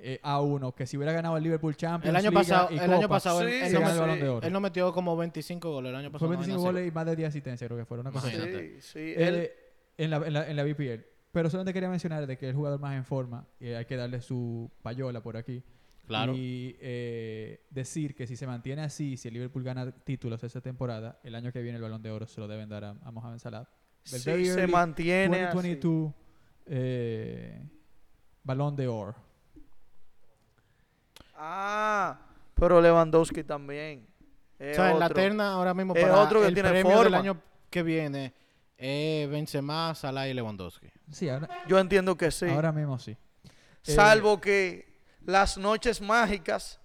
S1: eh, A1, que si hubiera ganado el Liverpool Champions.
S2: el año
S1: Liga
S2: pasado,
S1: y
S2: el
S1: Copa,
S2: año pasado él-
S3: Sí,
S2: él,
S1: se
S2: no
S1: gana
S3: sí.
S1: el Balón de
S2: metió,
S1: Oro.
S2: él no metió como 25 goles el año
S1: Fue
S2: pasado.
S1: 25
S2: una vaina
S1: goles y más de 10 asistencias, creo que fueron. Una cosa así.
S2: Imagínate.
S3: sí, sí.
S1: Eh,
S3: él-
S1: en, la, en, la, en la BPL. Pero solamente quería mencionar de que el jugador más en forma, y hay que darle su payola por aquí.
S2: así. Claro.
S1: Y eh, decir que si se mantiene así, si el Liverpool gana títulos esta temporada, el año que viene el balón de oro se lo deben dar a, a Mohamed Salah. El
S3: sí,
S1: very
S3: se
S1: early
S3: mantiene así.
S1: 2022 eh, balón de oro.
S3: Ah, pero Lewandowski también. Es
S2: o sea, en la
S3: otro.
S2: terna ahora mismo
S3: Es
S2: para
S3: otro que
S2: el
S3: tiene
S2: premio del
S3: forma.
S2: año que viene eh, Benzema, Salah y Lewandowski.
S1: Sí, ahora,
S3: Yo entiendo que sí.
S1: ahora mismo sí.
S2: eh,
S3: salvo que las noches mágicas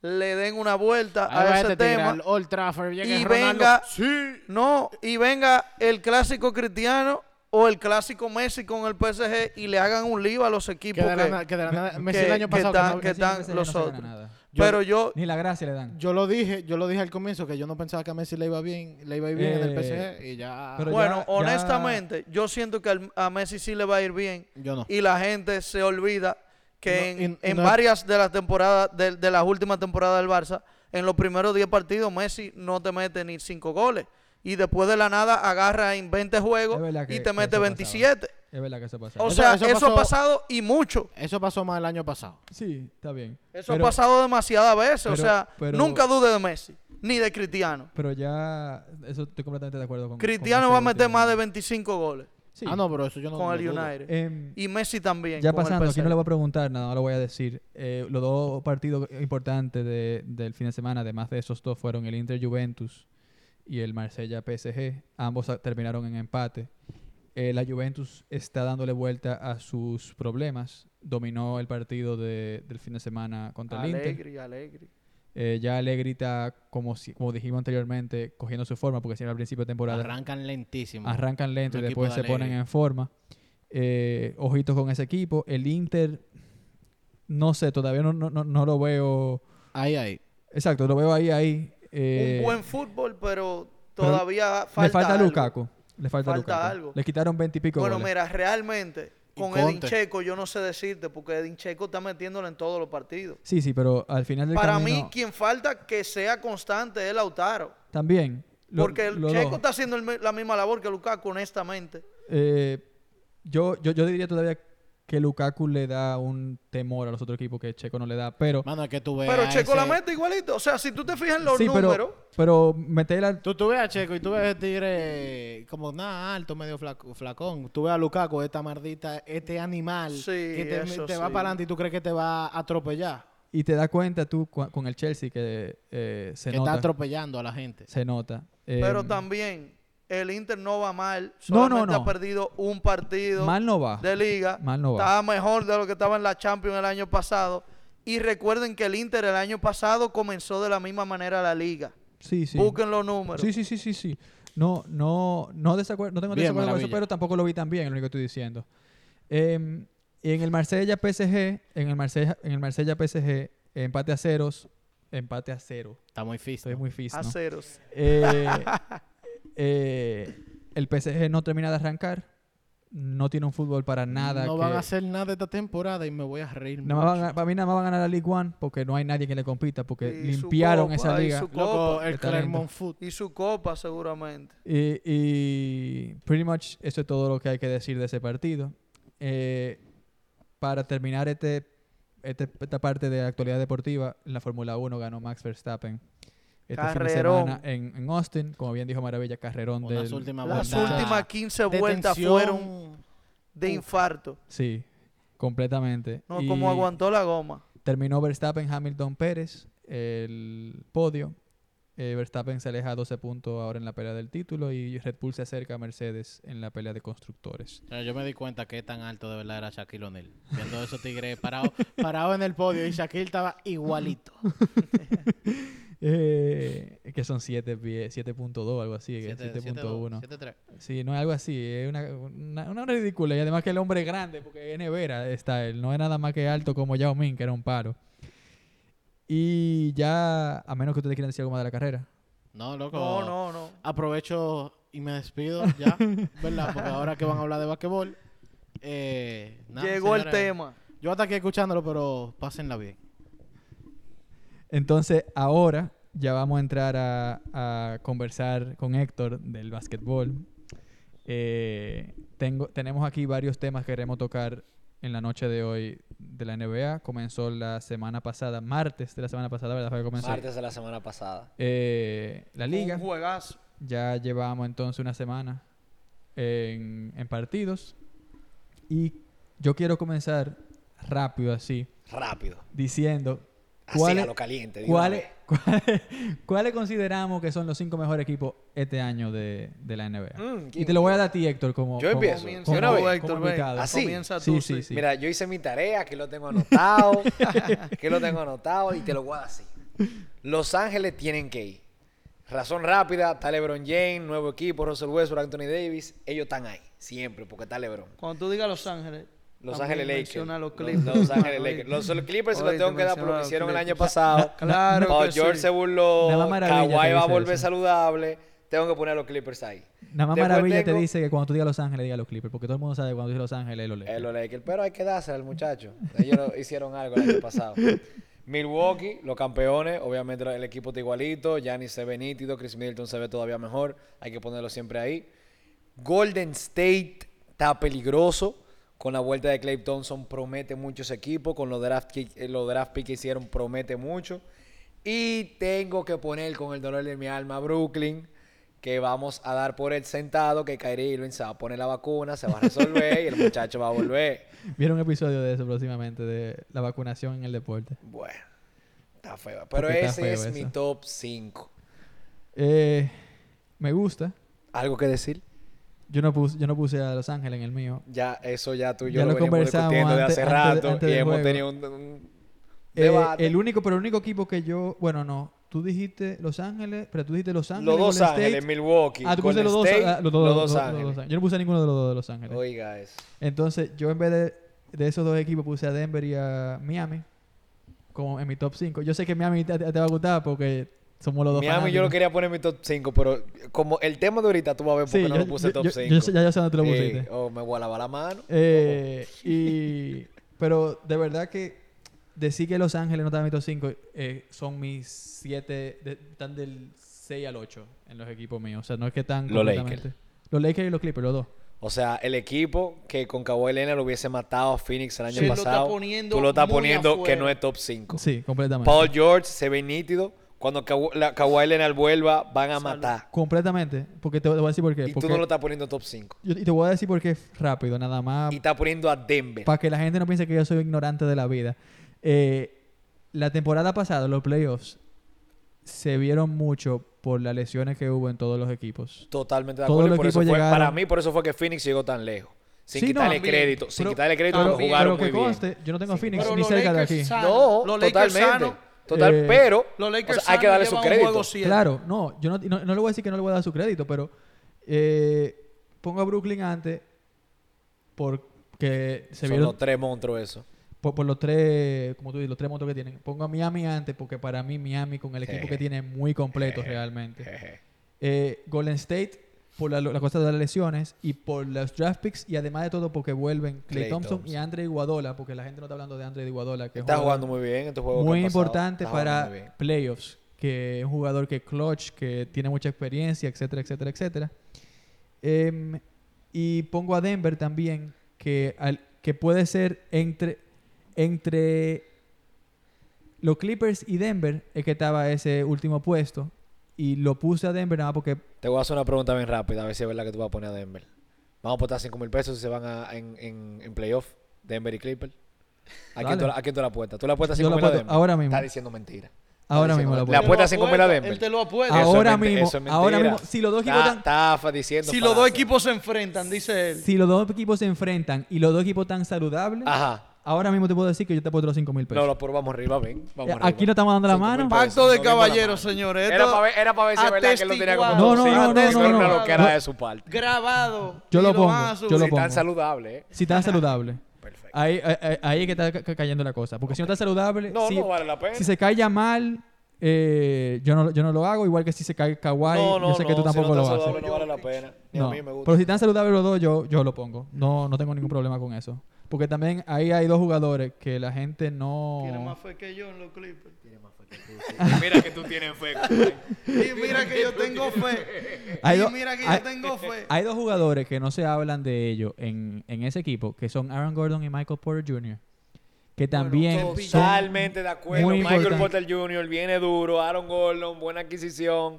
S3: le den una vuelta
S2: Ahí va
S3: a ese
S2: este tigre
S3: tema.
S2: al Old Trafford, llega
S3: Y
S2: Ronaldo.
S3: venga-
S2: Sí.
S3: No, y venga el clásico cristiano o el clásico Messi con el PSG y le hagan un lío a los equipos.
S2: Que de la
S3: que-
S2: na- que de la nada- Messi
S3: que-
S2: el año
S3: que
S2: pasado que
S3: tan-
S2: no-
S3: que
S1: Messi
S3: tan
S1: en ese ya
S3: Ah, los
S1: no se gana
S3: otros.
S1: nada.
S2: Yo-
S3: pero yo,
S1: Ni la gracia le dan.
S2: Yo lo dije, yo lo dije al comienzo que yo no pensaba que a Messi le iba bien, le iba bien en el
S1: Eh,
S2: PSG y ya
S1: pero
S3: bueno,
S1: ya- ya-
S3: honestamente, yo siento que al- a Messi sí le va a ir bien
S2: yo no.
S3: y la gente se olvida que
S2: No, y-
S3: en,
S2: y
S3: en
S2: no-
S3: varias de las temporadas, de, de las últimas temporadas del Barça, en los primeros 10 partidos Messi no te mete ni 5 goles. Y después de la nada agarra en 20 juegos
S1: Es verdad que-
S3: y
S1: que
S3: te mete
S1: eso pasaba.
S3: 27.
S1: Es verdad que eso pasa.
S3: O
S2: Eso-
S3: sea,
S2: eso
S3: eso,
S2: pasó-
S3: ha pasado y mucho.
S2: Eso pasó más el año pasado.
S1: sí, está bien.
S3: Eso
S1: Pero-
S3: ha pasado demasiadas veces. o
S1: pero-
S3: sea,
S1: pero-
S3: nunca dude de Messi, ni de Cristiano.
S1: Pero ya, eso estoy completamente de acuerdo con con
S3: Cristiano
S1: ese
S3: va a meter
S1: último.
S3: más de 25 goles
S1: Sí.
S2: Ah, no, pero eso yo no
S3: con
S2: lo
S3: el
S2: dudo.
S3: United.
S1: Em,
S3: y Messi también.
S1: ya
S3: con el
S1: pasando, aquí
S3: PSG.
S1: no le voy a preguntar nada, no lo voy a decir. Eh, los dos partidos importantes de- del fin de semana, además de esos dos, fueron el Inter Juventus y el Marsella PSG. Ambos a- terminaron en empate. Eh, la Juventus está dándole vuelta a sus problemas. Dominó el partido de- del fin de semana contra el Inter.
S3: Alegre, alegre.
S1: Eh, ya Allegri está, como, si- como dijimos anteriormente, cogiendo su forma, porque siempre al principio de temporada
S2: Arrancan lentísimo.
S1: arrancan lento y
S2: Un equipo
S1: después
S2: de
S1: se ponen
S2: Allegri.
S1: en forma. Eh, ojitos con ese equipo. El Inter, no sé, todavía no, no, no- no lo veo.
S2: Ahí ahí.
S1: Exacto, lo veo ahí, ahí. Eh,
S3: Un buen fútbol, pero
S1: pero
S3: todavía falta.
S1: le falta
S3: algo.
S1: Lukaku. Le falta,
S3: Falta
S1: Lukaku.
S3: algo.
S1: Le quitaron 20 y pico
S3: Bueno,
S1: goles.
S3: mira, realmente,
S2: Y
S3: con
S2: Conte.
S3: Edin Checo yo no sé decirte, porque Edin Checo está metiéndole en todos los partidos.
S1: Sí, sí, pero al final del
S3: Para
S1: camino
S3: mí, quien falta que sea constante es Lautaro.
S1: también. lo-
S3: porque el
S1: los
S3: Checo
S1: dos.
S3: está haciendo el mi- la misma labor que Lukaku, honestamente.
S1: Eh, yo, yo, yo diría todavía que Lukaku le da un temor a los otros equipos que Checo no le da, pero...
S2: Mano, es que tú ves
S3: Pero
S2: a
S3: Checo la
S2: ese-
S3: mete igualito. O sea, si tú te fijas en los
S1: sí,
S3: números,
S1: pero, pero meter al-
S2: Tú, tú ves a Checo y tú ves a ese tigre como nada alto, medio flaco- flacón. Tú ves a Lukaku, esta mardita, este animal
S3: Sí,
S2: que te,
S3: eso
S2: te va
S3: sí.
S2: para adelante y tú crees que te va a atropellar.
S1: Y te das cuenta tú cua- con el Chelsea que eh, se
S2: que
S1: nota.
S2: está atropellando a la gente.
S1: se nota. Eh,
S3: pero también el Inter no va mal.
S1: No, no,
S3: Solamente ha
S1: no.
S3: perdido un partido
S1: Mal no va.
S3: de liga.
S1: Mal no va.
S3: Estaba mejor de lo que estaba en la Champions el año pasado. Y recuerden que el Inter el año pasado comenzó de la misma manera la liga.
S1: Sí, sí.
S3: Busquen los números.
S1: Sí, sí, sí, sí, sí. No, no, no, desacuer- no tengo desacuerdo con
S2: Bien,
S1: eso,
S2: Maravilla.
S1: pero tampoco lo vi tan bien, es lo único que estoy diciendo. Em, en el Marsella PSG, en el Marsella, en el Marsella PSG, empate a ceros, empate a cero.
S2: Está muy fisto.
S1: Estoy muy fis,
S3: a
S1: ¿no?
S3: ceros.
S1: Eh, eh, el PSG no termina de arrancar. no tiene un fútbol para nada.
S2: no
S1: que-
S2: van a hacer nada esta temporada y me voy a reír
S1: Nada más van a- para mí nada más va a ganar la League One porque no hay nadie que le compita, porque
S3: Y su
S1: limpiaron
S3: copa,
S1: esa
S3: y
S1: liga.
S3: su-
S2: Loco,
S3: Copa.
S2: el
S1: Qué talento.
S2: Clermont Foot.
S3: Y su copa seguramente.
S1: Y, y pretty much eso es todo lo que hay que decir de ese partido. Eh, para terminar este, este- esta parte de actualidad deportiva, en la Fórmula 1 ganó Max Verstappen. Este fin de
S3: Carrerón.
S1: semana en, en Austin, como bien dijo Maravilla, carrerón
S2: Unas
S1: del-
S2: últimas
S3: Las
S2: vueltas.
S3: últimas 15
S2: de
S3: vueltas
S2: tensión.
S3: fueron de
S2: Uf.
S3: infarto.
S1: Sí, completamente.
S3: No,
S1: Y
S3: como aguantó la goma.
S1: Terminó Verstappen, Hamilton, Pérez, el podio. Eh, Verstappen se aleja 12 puntos ahora en la pelea del título y Red Bull se acerca a Mercedes en la pelea de constructores.
S2: O sea, Yo me di cuenta que tan alto de verdad era Shaquille O'Neal. Viendo esos tigres parados parado en el podio y Shaquille estaba igualito.
S1: Eh, que son 7 pies, 7.2, algo así, que es
S2: 7-2,
S1: 7.1.
S2: 7-3.
S1: Sí, no es algo así, es una, una, una ridícula. Y además que el hombre es grande, porque es nevera está él, no es nada más que alto como Yao Ming, que era un paro. Y ya, a menos que ustedes quieran decir algo más de la carrera.
S2: No, loco.
S3: No, no, no.
S2: Aprovecho y me despido ya, ¿verdad? Porque ahora que van a hablar de basquetbol. eh, nada,
S3: Llegó el
S2: señores.
S3: tema.
S2: Yo hasta aquí escuchándolo, pero pásenla bien.
S1: Entonces, ahora ya vamos a entrar a, a conversar con Héctor del básquetbol. Eh, tengo, tenemos aquí varios temas que queremos tocar en la noche de hoy de la NBA. Comenzó la semana pasada, martes de la semana pasada, ¿verdad? Fue que comenzó.
S4: Martes de la semana pasada.
S1: Eh, la liga.
S3: Un juegazo.
S1: Ya llevamos entonces una semana en, en partidos. Y yo quiero comenzar rápido así,
S4: Rápido.
S1: diciendo
S4: Así
S1: ¿Cuál
S4: a
S1: es-
S4: lo caliente. de una
S1: ¿Cuáles
S4: vez.
S1: cuáles- cuáles consideramos que son los cinco mejores equipos este año de, de la NBA?
S4: Mm,
S1: Y te lo voy a dar a ti, Héctor, como...
S4: Yo
S1: como-
S4: empiezo.
S3: Comienza
S4: De una
S3: tú,
S4: vez.
S3: Héctor,
S1: Como
S3: ven.
S1: invitado.
S4: Así.
S3: Comienza
S1: ¿Ah, Sí,
S3: tú.
S1: sí,
S3: sí.
S1: sí.
S4: Mira, yo hice mi tarea, aquí lo tengo anotado. aquí lo tengo anotado y te lo voy a dar así. Los Ángeles tienen que ir. Razón rápida, está LeBron James, nuevo equipo, Russell Westbrook, Anthony Davis. Ellos están ahí, siempre, porque está LeBron.
S3: Cuando tú digas Los Ángeles.
S4: Los
S3: también
S4: Ángeles Lakers.
S3: menciona a Los,
S4: Los-
S3: Clippers,
S4: Los Ángeles
S3: hermano,
S4: Lakers.
S3: oíste.
S4: Los Clippers se lo
S3: Oíste,
S4: tengo que dar por
S3: menciona
S4: lo
S3: a
S4: que
S3: los
S4: hicieron el año
S3: Clippers.
S4: pasado.
S3: Claro
S4: Paul
S3: que sí.
S4: George se
S1: Nada
S4: burló.
S1: más maravilla te
S4: Kawhi va a
S1: dice
S4: volver
S1: eso.
S4: saludable. Tengo que poner a los Clippers ahí.
S1: Nada más
S4: Después
S1: maravilla
S4: tengo-
S1: te dice que cuando tú digas Los Ángeles, diga Los Clippers, porque todo el mundo sabe que cuando dice Los Ángeles, es los Lakers.
S4: Eh, los Lakers, pero hay que dársela al muchacho. Ellos lo- hicieron algo el año pasado. Milwaukee, los campeones, obviamente lo- el equipo está igualito. Giannis se ve nítido, Chris Middleton se ve todavía mejor. Hay que ponerlo siempre ahí. Golden State está peligroso. Con la vuelta de Clay Thompson promete mucho ese equipo. Con los draft, que- eh, los draft pick que hicieron promete mucho. Y tengo que poner con el dolor de mi alma Brooklyn, que vamos a dar por el sentado que Kyrie Irving se va a poner la vacuna, se va a resolver y el muchacho va a volver.
S1: Vieron un episodio de eso próximamente, de la vacunación en el deporte.
S4: Bueno, está feo. Pero
S1: Porque está
S4: ese
S1: feo
S4: es mi
S1: eso.
S4: top 5.
S1: Eh, me gusta.
S4: ¿Algo que decir?
S1: Yo no, puse, yo no puse a Los Ángeles en el mío.
S4: Ya, eso ya tú y yo
S1: Ya
S4: lo,
S1: lo
S4: veníamos
S1: conversamos
S4: discutiendo de
S1: antes-
S4: hace
S1: antes de-
S4: rato
S1: antes
S4: y
S1: del
S4: hemos
S1: juego.
S4: tenido un, un
S1: Eh,
S4: debate.
S1: el único, pero el único equipo que yo... Bueno, no. Tú dijiste Los Ángeles, pero tú dijiste Los Ángeles,
S4: los dos
S1: Golden State.
S4: ángeles, Milwaukee,
S1: Ah, tú pusiste
S4: Golden
S1: los dos,
S4: State,
S1: ah, los dos, los dos- los dos Ángeles. Yo no puse a ninguno de los dos de Los Ángeles.
S4: Oiga eso.
S1: Entonces, yo en vez de, de esos dos equipos puse a Denver y a Miami como en mi top 5. Yo sé que Miami te, te va a gustar porque somos los dos.
S4: Miami yo lo
S1: fanáticos.
S4: quería poner en mi top 5, pero como el tema de ahorita tú vas a ver por qué
S1: Sí,
S4: no
S1: yo-
S4: lo puse
S1: yo-
S4: top
S1: yo-
S4: 5.
S1: yo sé- ya yo sé dónde tú lo pusiste.
S4: o me voy a lavar la mano.
S1: Eh, y, pero de verdad que decir que Los Ángeles no está en mi top 5 son mis 7, están del 6 al 8 en los equipos míos. O sea, no es que están.
S4: Los Lakers.
S1: completamente- Los Lakers y los Clippers, los dos.
S4: O sea, el equipo que con Kawhi Leonard lo hubiese matado a Phoenix el año
S3: Sí. Lo está
S4: pasado,
S3: poniendo
S4: tú lo estás
S3: muy
S4: poniendo que
S3: afuera.
S4: no es top 5.
S1: Sí, completamente.
S4: Paul George se ve nítido. Cuando Kaw- la- Kawhi Leonard vuelva, van a matar.
S1: Completamente. Porque te, te voy a decir por qué.
S4: Y tú
S1: porque
S4: no lo estás poniendo top 5.
S1: yo- y te voy a decir por qué rápido, nada más.
S4: Y estás poniendo a Denver.
S1: Para que la gente no piense que yo soy ignorante de la vida. Eh, la temporada pasada, los playoffs, se vieron mucho por las lesiones que hubo en todos los equipos.
S4: Totalmente de
S1: Todos
S4: acuerdo.
S1: los
S4: Y por eso
S1: equipos
S4: fue-
S1: llegaron-
S4: para mí, por eso fue que Phoenix llegó tan lejos. Sin
S1: Sí, no,
S4: quitarle
S1: también.
S4: crédito. Sin
S1: Pero-
S4: quitarle crédito,
S1: Pero, pero
S4: jugaron
S1: que
S4: muy bien.
S1: conste, yo no tengo a Phoenix
S3: Pero
S1: ni
S3: los
S1: cerca de
S3: Lakers
S1: aquí.
S3: saben-
S4: No,
S3: Los Lakers
S4: totalmente.
S3: sanos.
S4: Total,
S1: Eh,
S4: pero
S3: Los Lakers
S4: o sea, hay que darle su crédito.
S1: Claro, no, yo no, no, no le voy a decir que no le voy a dar su crédito, pero eh, pongo a Brooklyn antes porque se
S4: Son
S1: vieron
S4: los tres monstruos eso.
S1: por, por los tres, como tú dices, los tres motos que tienen. Pongo a Miami antes porque para mí Miami con el equipo que tiene es muy completo realmente. Eh, Golden State por la, la cosa de las lesiones y por los draft picks y además de todo porque vuelven Clay,
S4: Klay
S1: Thompson,
S4: Thompson.
S1: y Andre Iguadola, porque la gente no está hablando de Andre Iguadola, que es
S4: Está
S1: un
S4: jugando
S1: jugador
S4: muy bien estos juegos.
S1: Este
S4: que
S1: muy
S4: han pasado.
S1: importante
S4: Está jugando
S1: para
S4: muy bien.
S1: playoffs, que es un jugador que es clutch, que tiene mucha experiencia, etcétera, etcétera, etcétera. Em, y pongo a Denver también, que, al- que puede ser entre, entre los Clippers y Denver, es que estaba ese último puesto. Y lo puse a Denver nada más porque
S4: Te voy a hacer una pregunta bien rápida, a ver si es verdad que tú vas a poner a Denver. Vamos a apostar 5 mil pesos si se van a, en, en, en playoff, Denver y Clipper. ¿A quién,
S1: Dale.
S4: tú, la- a quién tú la apuestas? ¿Tú la apuestas
S1: yo
S4: 5
S1: lo
S4: mil a
S1: apuesto
S4: Denver?
S1: ahora mismo.
S4: Está diciendo mentira.
S1: Ahora
S4: diciendo
S1: mismo lo
S4: la-
S1: apuesto.
S4: la- apuesta
S3: Él
S4: 5.000 a
S3: apuesta,
S4: Denver.
S3: Él te lo
S4: Eso
S3: apuesta.
S4: es
S1: Ahora
S4: mente-
S1: mismo,
S4: eso es mentira.
S1: ahora mismo, si los dos equipos
S4: Ta-
S1: están-
S4: Tafa diciendo
S3: Si los dos
S4: falacia.
S3: equipos se enfrentan, dice él.
S1: Si los dos equipos se enfrentan y los dos equipos están saludables,
S4: Ajá.
S1: ahora mismo te puedo decir que yo te apuesto los 5 mil pesos.
S4: No, no, pero vamos arriba, ven. Vamos
S1: Eh,
S4: arriba.
S1: Pues aquí no estamos dando la
S4: 5.000
S1: mano.
S4: pesos,
S3: Pacto de
S4: no dimos la
S3: caballeros,
S4: mano.
S3: señores.
S4: Era
S3: Esto
S4: para ver, era pa' ver si es verdad que él lo tenía como
S3: atestiguado.
S1: No, no, no,
S4: consigo,
S1: no, no,
S4: una
S1: no.
S4: loquera
S1: No.
S4: de su parte.
S3: grabado.
S1: Yo
S3: y
S1: lo pongo,
S3: van a subir.
S1: yo lo
S4: Si
S1: pongo.
S4: tan saludable, ¿eh?
S1: Si están saludables.
S4: Perfecto.
S1: Ahí, ahí- ahí- ahí es que está ca- ca- cayendo la cosa. Porque si no está saludable,
S4: No,
S1: si,
S4: no vale la pena.
S1: si se cae ya mal, eh, yo, no, yo no lo hago. Igual que si se cae Kawhi,
S4: no, no,
S1: yo sé que tú
S4: no, si
S1: tampoco
S4: no
S1: lo
S4: está
S1: haces.
S4: saludable, No vale la pena. Ni
S1: No.
S4: a mí me gusta.
S1: Pero si están saludables los dos, yo, yo lo pongo. No, no tengo ningún problema con eso. Porque también ahí hay dos jugadores que la gente
S3: Tiene
S1: no.
S3: más fe que yo en los Clippers.
S4: Mira que tú tienes fe.
S3: Y mira que yo tengo fe.
S1: Hay
S3: Y
S1: dos-
S3: mira que
S1: hay-
S3: yo tengo fe.
S1: Hay dos jugadores que no se hablan de ellos en, en ese equipo, que son Aaron Gordon y Michael Porter Jr., que también son
S4: Totalmente de acuerdo.
S1: Muy
S4: Michael
S1: importante.
S4: Porter Jr. viene duro. Aaron Gordon, buena adquisición.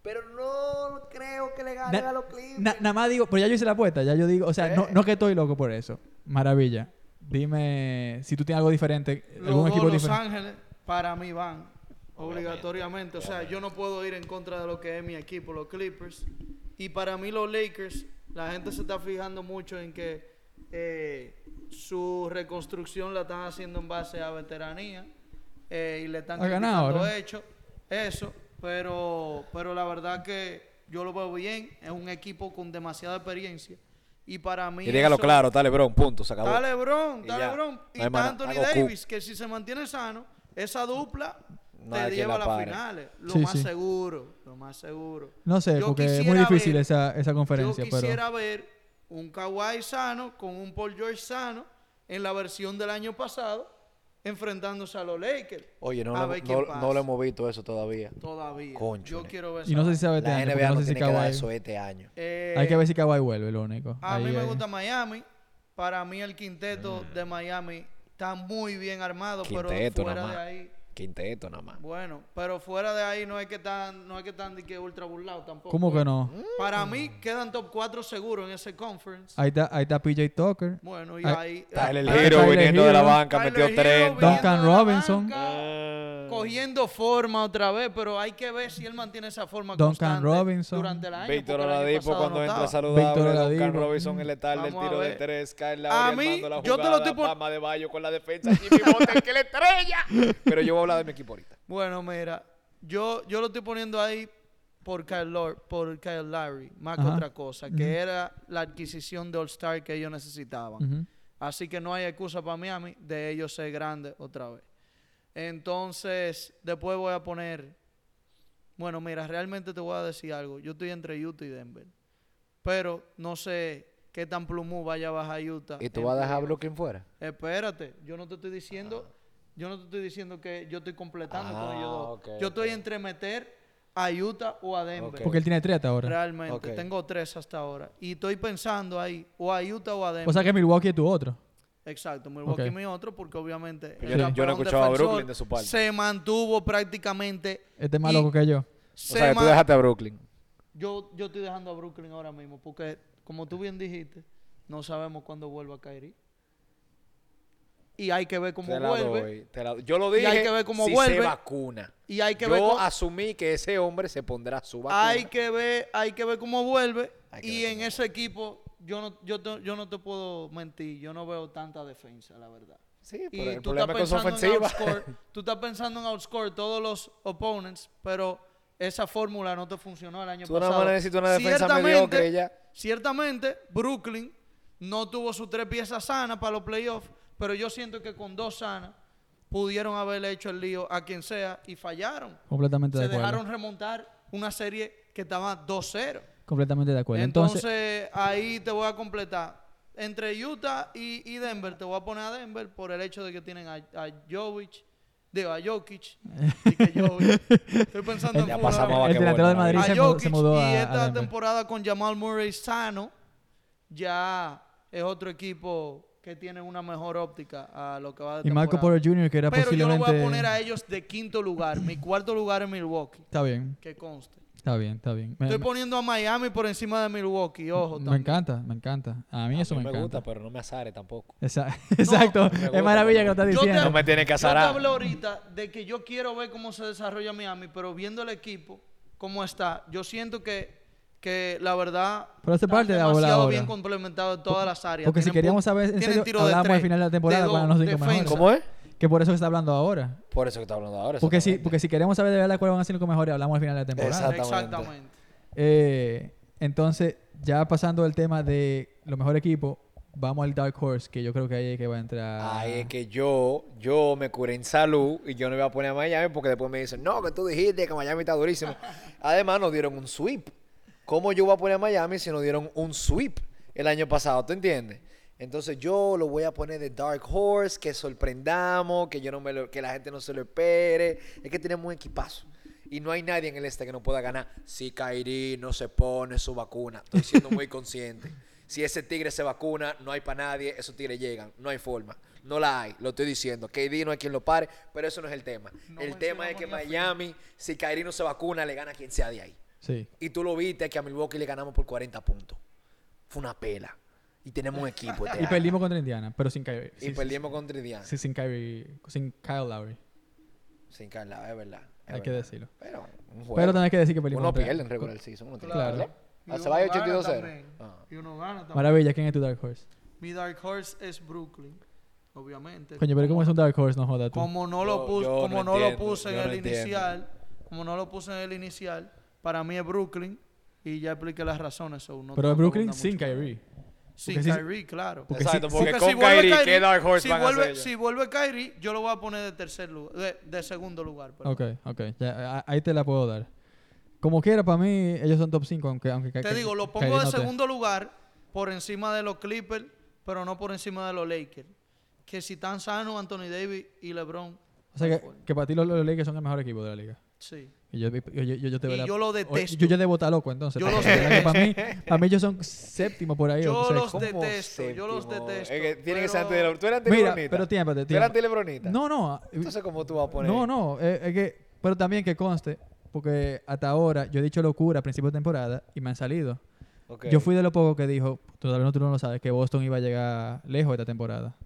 S4: Pero no creo que le gane
S1: Na-
S4: a los Clippers.
S1: Na- nada más digo, pero ya yo hice la apuesta, ya yo digo, o sea, no, no que estoy loco por eso. Maravilla. Dime si tú tienes algo diferente, algún
S3: Los dos
S1: equipo
S3: Los
S1: diferente.
S3: Ángeles para mí van obligatoriamente. O sea, yo no puedo ir en contra de lo que es mi equipo, los Clippers. Y para mí los Lakers, la gente se está fijando mucho en que eh, su reconstrucción la están haciendo en base a veteranía eh, y le están
S1: Ha ganado,
S3: criticando
S1: ¿no?
S3: hecho eso, pero, pero la verdad que yo lo veo bien. Es un equipo con demasiada experiencia. Y para mí.
S4: Y dígalo
S3: eso-
S4: claro, dale, bro. Punto, se acabó.
S3: Está LeBron,
S4: Y
S3: está
S4: ya.
S3: LeBron. Y
S4: No hay más
S3: está
S4: nada.
S3: Anthony
S4: Hago Q.
S3: Davis, que si se mantiene sano, esa dupla
S4: No hay
S3: te
S4: quien
S3: lleva a
S4: la
S3: las
S4: pare.
S3: finales. Lo
S1: Sí,
S3: más
S1: sí.
S3: seguro, lo más seguro.
S1: No sé,
S3: Yo
S1: porque es muy
S3: quisiera
S1: difícil
S3: ver-
S1: esa, esa conferencia,
S3: Yo
S1: pero
S3: quisiera ver un Kawhi sano con un Paul George sano en la versión del año pasado enfrentándose a los Lakers.
S4: Oye, no,
S3: a
S4: lo,
S3: ver
S4: no,
S3: quién
S4: no
S3: pasa.
S4: lo hemos visto eso todavía.
S3: Todavía.
S4: Cónchale.
S3: Yo quiero ver
S1: y no
S3: esa
S1: sé si sabe
S3: vaina.
S1: este
S4: La
S1: año, porque
S4: NBA no,
S1: no sé si
S4: tiene que dar
S1: Kawhi-
S4: eso este año.
S3: Eh,
S1: Hay que ver si Kawhi vuelve, lo único.
S3: A
S1: Ahí,
S3: mí me
S1: ahí. Mm.
S3: gusta Miami. Para mí el quinteto de Miami está muy bien armado,
S4: Quinteto,
S3: pero fuera
S4: nada
S3: de
S4: más.
S3: ahí,
S4: Quinteto nada más.
S3: bueno, pero fuera de ahí no es que están, no es que están de que ultra burlado tampoco.
S1: ¿Cómo que no?
S3: Para mí quedan top 4 seguro en ese conference.
S1: Ahí está, ahí está PJ Tucker.
S3: Bueno, y
S1: Ay,
S3: ahí
S4: Tyler
S1: Ah, Tyler
S4: Hero viniendo de la
S1: Hero.
S4: banca,
S3: Tyler
S4: metió
S3: Hero
S4: 30.
S1: Duncan
S3: viniendo de la
S1: Robinson.
S3: banca, cogiendo forma otra vez, pero hay que ver si él mantiene esa forma
S1: Duncan
S3: constante
S1: Robinson.
S3: durante el año.
S4: Víctor
S3: porque el año
S4: Oladipo
S3: pasado
S4: cuando
S3: no
S4: entra
S3: estaba.
S4: saludable,
S1: Víctor
S4: Duncan
S1: Oladipo.
S4: Robin el letal del
S3: Vamos a
S4: tiro de
S3: ver.
S4: tres, Kyle
S3: A
S4: Lowry
S3: mí,
S4: armando la
S3: yo te lo
S4: jugada,
S3: estoy pon-
S4: Bama de Bayo con la defensa, Jimmy Butler, que la estrella. Pero yo voy a hablar de mi equipo ahorita.
S3: Bueno, mira, yo, yo lo estoy poniendo ahí por Kyle, Lor- por Kyle Lowry, más que
S1: Ajá.
S3: otra cosa, que era la adquisición de All-Star que ellos necesitaban.
S1: Ujú.
S3: Así que no hay excusa para Miami de ellos ser grandes otra vez. Entonces, después voy a poner. Bueno, mira, realmente te voy a decir algo. Yo estoy entre Utah y Denver. Pero no sé qué tan plumú vaya a bajar Utah. en playoff.
S4: Brooklyn fuera?
S3: Espérate, yo no te estoy diciendo, yo no te estoy diciendo que yo estoy completando con
S4: Ah,
S3: ellos dos.
S4: ok,
S3: yo
S4: ok.
S3: estoy entre meter a Utah o a Denver.
S4: Ok.
S1: Porque él tiene 3 hasta ahora.
S3: Realmente,
S4: Ok.
S3: tengo tres hasta ahora. Y estoy pensando ahí, o a Utah o a Denver.
S1: O sea que Milwaukee es tu otro.
S3: Exacto, Milwaukee
S1: Ok.
S3: mi otro, porque obviamente
S4: Yo
S3: el
S4: no- yo no
S3: campeón
S4: escuchaba a
S3: defensor
S4: Brooklyn de su parte.
S3: Se mantuvo prácticamente.
S1: Este es más
S3: y
S1: loco que yo.
S4: O
S3: se
S4: sea, tú
S3: ma-
S4: dejaste a Brooklyn.
S3: yo, yo estoy dejando a Brooklyn ahora mismo, porque como tú bien dijiste, no sabemos cuándo vuelva Kyrie. Y hay que ver cómo
S4: Te la
S3: vuelve.
S4: doy, te la doy. Yo lo
S3: Y
S4: dije,
S3: hay que ver cómo
S4: si se
S3: vuelve.
S4: vacuna.
S3: Y hay que
S4: yo
S3: ver cómo-
S4: asumí que ese hombre se pondrá su vacuna.
S3: hay que ver, hay que ver cómo vuelve.
S4: Hay que
S3: Y
S4: ver
S3: en
S4: cómo
S3: ese equipo, yo no, yo, te, yo no te puedo mentir, yo no veo tanta defensa, la verdad.
S4: Sí,
S3: Y
S4: pero el
S3: tú estás
S4: problema es que su
S3: pensando en
S4: ofensiva.
S3: outscore, tú estás pensando en outscore todos los opponents, pero esa fórmula no te funcionó el año
S4: Tú nada
S3: pasado.
S4: más necesitas una defensa
S3: Ciertamente-
S4: mediocre y ya.
S3: Ciertamente, Brooklyn no tuvo sus tres piezas sanas para los playoffs, pero yo siento que con dos sanas pudieron haberle hecho el lío a quien sea y fallaron
S1: Completamente de
S3: se
S1: acuerdo.
S3: dejaron remontar una serie que estaba 2-0.
S1: Completamente de acuerdo.
S3: Entonces,
S1: Pues Entonces,
S3: ahí te voy a completar. Entre Utah y, y Denver, te voy a poner a Denver por el hecho de que tienen a, a Jovic, digo, a Jokic. y que Jovic. Estoy pensando en
S4: Ya
S3: pura-
S4: pasamos
S1: el
S4: qué
S1: delantero
S4: bueno,
S1: del Madrid
S3: a
S1: se, mu-
S3: Jokic.
S1: se mudó a,
S3: y
S1: a
S3: esta
S1: Denver.
S3: temporada con Jamal Murray sano, ya es otro equipo que tiene una mejor óptica a lo que va de
S1: Y Marco
S3: temporada.
S1: Porter Jr., que era
S3: Pero yo lo
S1: posiblemente...
S3: voy a poner a ellos de quinto lugar. Mi cuarto lugar es Milwaukee,
S1: Está bien,
S3: que conste.
S1: está bien, está bien. Me,
S3: Estoy
S1: me-
S3: poniendo a Miami por encima de Milwaukee, ojo.
S1: me
S3: también.
S1: encanta, me encanta. A mí eso me,
S4: me
S1: encanta.
S4: gusta, pero no me azare tampoco.
S1: Esa- Exacto,
S4: gusta,
S1: es maravilla que lo
S4: pero
S1: estás
S3: Yo te-
S1: diciendo.
S4: No me tiene que
S3: Yo te
S4: azarar.
S3: hablo ahorita de que yo quiero ver cómo se desarrolla Miami, pero viendo el equipo, cómo está, yo siento que, que la verdad
S1: Pero hace
S3: están
S1: parte de la bola
S3: demasiado
S1: ahora.
S3: bien complementado en todas las áreas.
S1: Porque si
S3: Tienen
S1: queríamos
S3: pu-
S1: saber, en
S3: tienen
S1: serio,
S3: tiro de
S1: hablábamos al
S3: tres,
S1: final de la temporada
S3: de
S1: cuando
S3: dos,
S1: nos cinco mejores.
S3: defensa.
S4: ¿Cómo es?
S1: Que por eso se está hablando ahora.
S4: Por eso que está hablando ahora.
S1: Porque si,
S4: exactamente.
S1: porque si queremos saber de verdad cuáles van a ser los mejores, hablamos al final de la temporada.
S4: Exacto.
S3: Exactamente.
S1: Eh, entonces, ya pasando del tema de los mejores equipos, vamos al Dark Horse, que yo creo que ahí es que va a entrar.
S4: Ay, es que yo, yo me curé en salud y yo no iba a poner a Miami porque después me dicen, no, que tú dijiste que Miami está durísimo. Además, nos dieron un sweep. ¿Cómo yo voy a poner a Miami si nos dieron un sweep el año pasado? ¿Tú entiendes? Entonces yo lo voy a poner de Dark Horse, que sorprendamos, que yo no me lo- que la gente no se lo espere. Es que tenemos un equipazo. Y no hay nadie en el este que no pueda ganar. Si Kairi no se pone su vacuna, estoy siendo muy consciente. Si ese tigre se vacuna, no hay para nadie, esos tigres llegan, no hay forma. No la hay, lo estoy diciendo. KD no hay quien lo pare, pero eso no es el tema.
S3: No
S4: el
S3: mencionamos
S4: tema es que
S3: ni a Phil.
S4: Miami, si Kairi no se vacuna, le gana a quien sea de ahí.
S1: Sí.
S4: Y tú lo viste que a Milwaukee le ganamos por 40 puntos. Fue una pela. Y tenemos un equipo. este
S1: Y
S4: año.
S1: perdimos contra Indiana, pero sin Kyrie.
S4: Y perdimos contra Indiana.
S1: Sí, sin Kyrie, sin Kyle Lowry.
S4: Sin Carla, es verdad. es
S1: Hay que
S4: verdad.
S1: decirlo.
S4: Pero, un
S1: Pero
S4: juego.
S1: tenés que decir que perdimos
S4: uno
S1: contra-
S4: pierde en regular season. Uno tiene
S1: Claro.
S4: que perder.
S3: Y
S4: Ah,
S3: uno
S4: se va
S3: gana
S4: 82-0.
S3: también.
S4: Ah.
S3: Y uno gana también.
S1: Maravilla, ¿quién es tu Dark Horse?
S3: Mi Dark Horse es Brooklyn, obviamente.
S1: Coño, pero ¿cómo es un Dark Horse? No joda tú.
S3: Como no
S4: Yo-
S3: lo puse,
S4: yo no
S3: como no, lo
S4: entiendo,
S3: puse en
S4: yo no
S3: el
S4: entiendo.
S3: inicial, como no lo puse en el inicial, para mí es Brooklyn y ya expliqué las razones. so no
S1: Pero
S3: tengo
S1: es
S3: que
S1: Brooklyn
S3: abundar
S1: sin
S3: mucho.
S1: Kyrie.
S3: Sin
S1: Porque si-
S3: Kyrie, claro.
S1: Porque
S4: Exacto,
S1: si-
S4: porque,
S3: Porque
S4: con
S3: si vuelve
S4: Kyrie,
S3: Kyrie,
S4: ¿qué Dark Horse
S3: si
S4: van
S3: vuelve,
S4: a hacer?
S3: si vuelve Kyrie, yo lo voy a poner de tercer lugar, de, de segundo lugar. perdón.
S1: Ok, ok. Ya, a- ahí te la puedo dar. Como quiera, para mí, ellos son top 5, aunque, aunque Ky-
S3: Te digo, lo pongo
S1: Kyrie
S3: de
S1: no te-
S3: segundo lugar por encima de los Clippers, pero no por encima de los Lakers. Que si están sanos Anthony Davis y LeBron,
S1: O sea, que, que para ti los, los Lakers son el mejor equipo de la liga.
S3: sí.
S1: Y yo, yo, yo, yo te
S3: Y
S1: verá-
S3: yo lo
S1: o-
S3: detesto.
S1: Yo, yo debo estar loco, entonces.
S3: Yo
S1: porque
S3: los
S1: de verdad que para mí,
S3: detesto.
S1: para mí ellos son séptimo por ahí. o
S3: Yo
S1: sea,
S3: los
S1: ¿cómo?
S4: ¿Cómo
S3: detesto, yo los
S4: séptimo?
S3: detesto,
S4: Es que tiene que ser
S3: pero-
S4: anti Lebron. ¿Tú eras anti
S1: Mira,
S4: Lebronita?
S1: pero tiémpate,
S4: ¿Tú eras
S1: tiémpate.
S4: anti Lebronita?
S1: No, no.
S4: Entonces, ¿cómo tú vas a poner?
S1: No, no, eh, es que, pero también que conste, porque hasta ahora yo he dicho locura a principio de temporada y me han salido.
S4: Ok.
S1: Yo fui de lo poco que dijo, tú, tal vez tú no lo sabes, que Boston iba a llegar lejos esta temporada.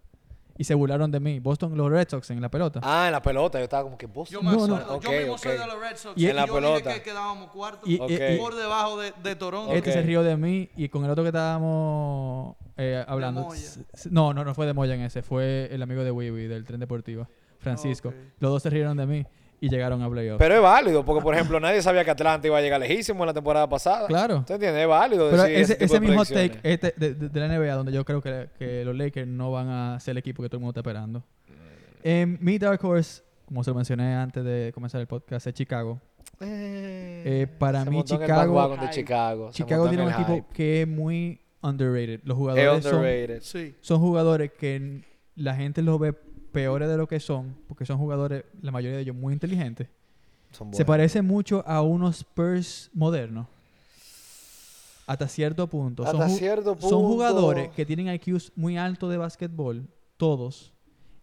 S1: Y se burlaron de mí. Boston, los Red Sox en la pelota.
S4: Ah, en la pelota. Yo estaba como que vos.
S3: Yo me
S1: No, no.
S3: acuerdo,
S4: Ok,
S3: yo mismo soy
S4: ok.
S3: de los Red Sox.
S1: Y-
S3: Y,
S4: En la
S3: yo
S4: pelota.
S3: dije que quedábamos cuartos
S1: Y-
S4: y-
S1: y-
S3: por debajo de, de Toronto.
S1: Este
S4: Ok.
S1: se rió de mí y con el otro que estábamos eh, hablando.
S3: Moya.
S1: s- s- No, no, no fue de Moya en ese, fue el amigo de Wiwi del tren deportivo, Francisco.
S3: Ah, Ok.
S1: Los dos se rieron de mí y llegaron a playoffs.
S4: Pero es válido, porque por ejemplo nadie sabía que Atlanta iba a llegar lejísimo en la temporada pasada.
S1: Claro.
S4: ¿Tú entiendes? Es válido.
S1: Pero
S4: decir
S1: ese,
S4: tipo
S1: ese
S4: de
S1: mismo
S4: predicciones.
S1: take este de, de- de la NBA, donde yo creo que, que los Lakers no van a ser el equipo que todo el mundo está esperando. En mi Dark Horse, como se lo mencioné antes de comenzar el podcast, es Chicago. Eh, para
S4: Se
S1: mí,
S4: montó en el
S1: Chicago,
S4: bandwagon de Chicago. se
S1: Chicago
S4: montó
S1: tiene
S4: en
S1: un
S4: el
S1: equipo
S4: hype.
S1: que es muy underrated. Los
S4: Es
S1: jugadores son,
S4: underrated.
S3: Sí.
S1: son jugadores que n- la gente los ve peores de lo que son, porque son jugadores, la mayoría de ellos, muy inteligentes.
S4: Son
S1: Se
S4: buenos.
S1: parece mucho a unos Spurs modernos. Hasta cierto punto.
S4: Hasta
S1: son, ju-
S4: cierto punto.
S1: son jugadores que tienen IQs muy altos de básquetbol, todos,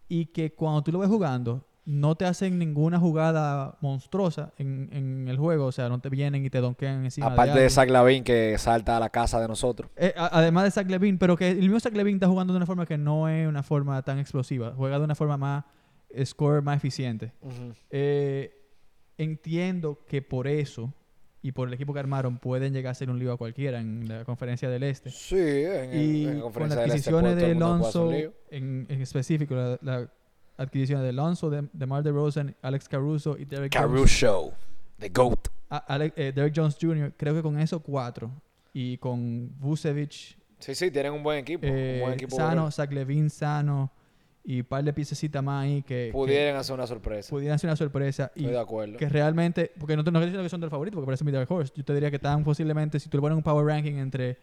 S1: y que cuando tú lo ves jugando, no te hacen ninguna jugada monstruosa en, en el juego. O sea, no te vienen y te donkean encima. de
S4: Aparte de
S1: alguien.
S4: Zach Lavin que salta a la casa de nosotros.
S1: Eh, a- además de Zach Levine, pero que el mismo Zach Levine está jugando de una forma que no es una forma tan explosiva. Juega de una forma más eh, score, más eficiente. Eh, entiendo que por eso y por el equipo que armaron pueden llegar a ser un lío a cualquiera en la conferencia del este.
S4: Sí, en,
S1: Y
S4: en la
S1: con las
S4: conferencia del Este,
S1: adquisiciones
S4: pues, todo
S1: de
S4: el mundo puede hacer
S1: Lonzo,
S4: un lío.
S1: en, en específico, la, la adquisición de Lonzo, de, de Mar DeRozan, Alex Caruso y Derek Jones,
S4: Caruso, The GOAT.
S1: a- Ale- eh, Derek Jones Jr., creo que con esos cuatro y con Vucevic,
S4: Sí, sí, tienen un buen equipo. un
S1: eh,
S4: buen equipo.
S1: sano,
S4: overall.
S1: Zach Levine sano y un par de piececitas más ahí que,
S4: Pudieran hacer una sorpresa.
S1: que pudieran ser una sorpresa y
S4: Estoy de acuerdo.
S1: que realmente, porque no te no estoy diciendo que son del favorito, porque parece mi Dark Horse. Yo te diría que están posiblemente, si tú le pones un power ranking entre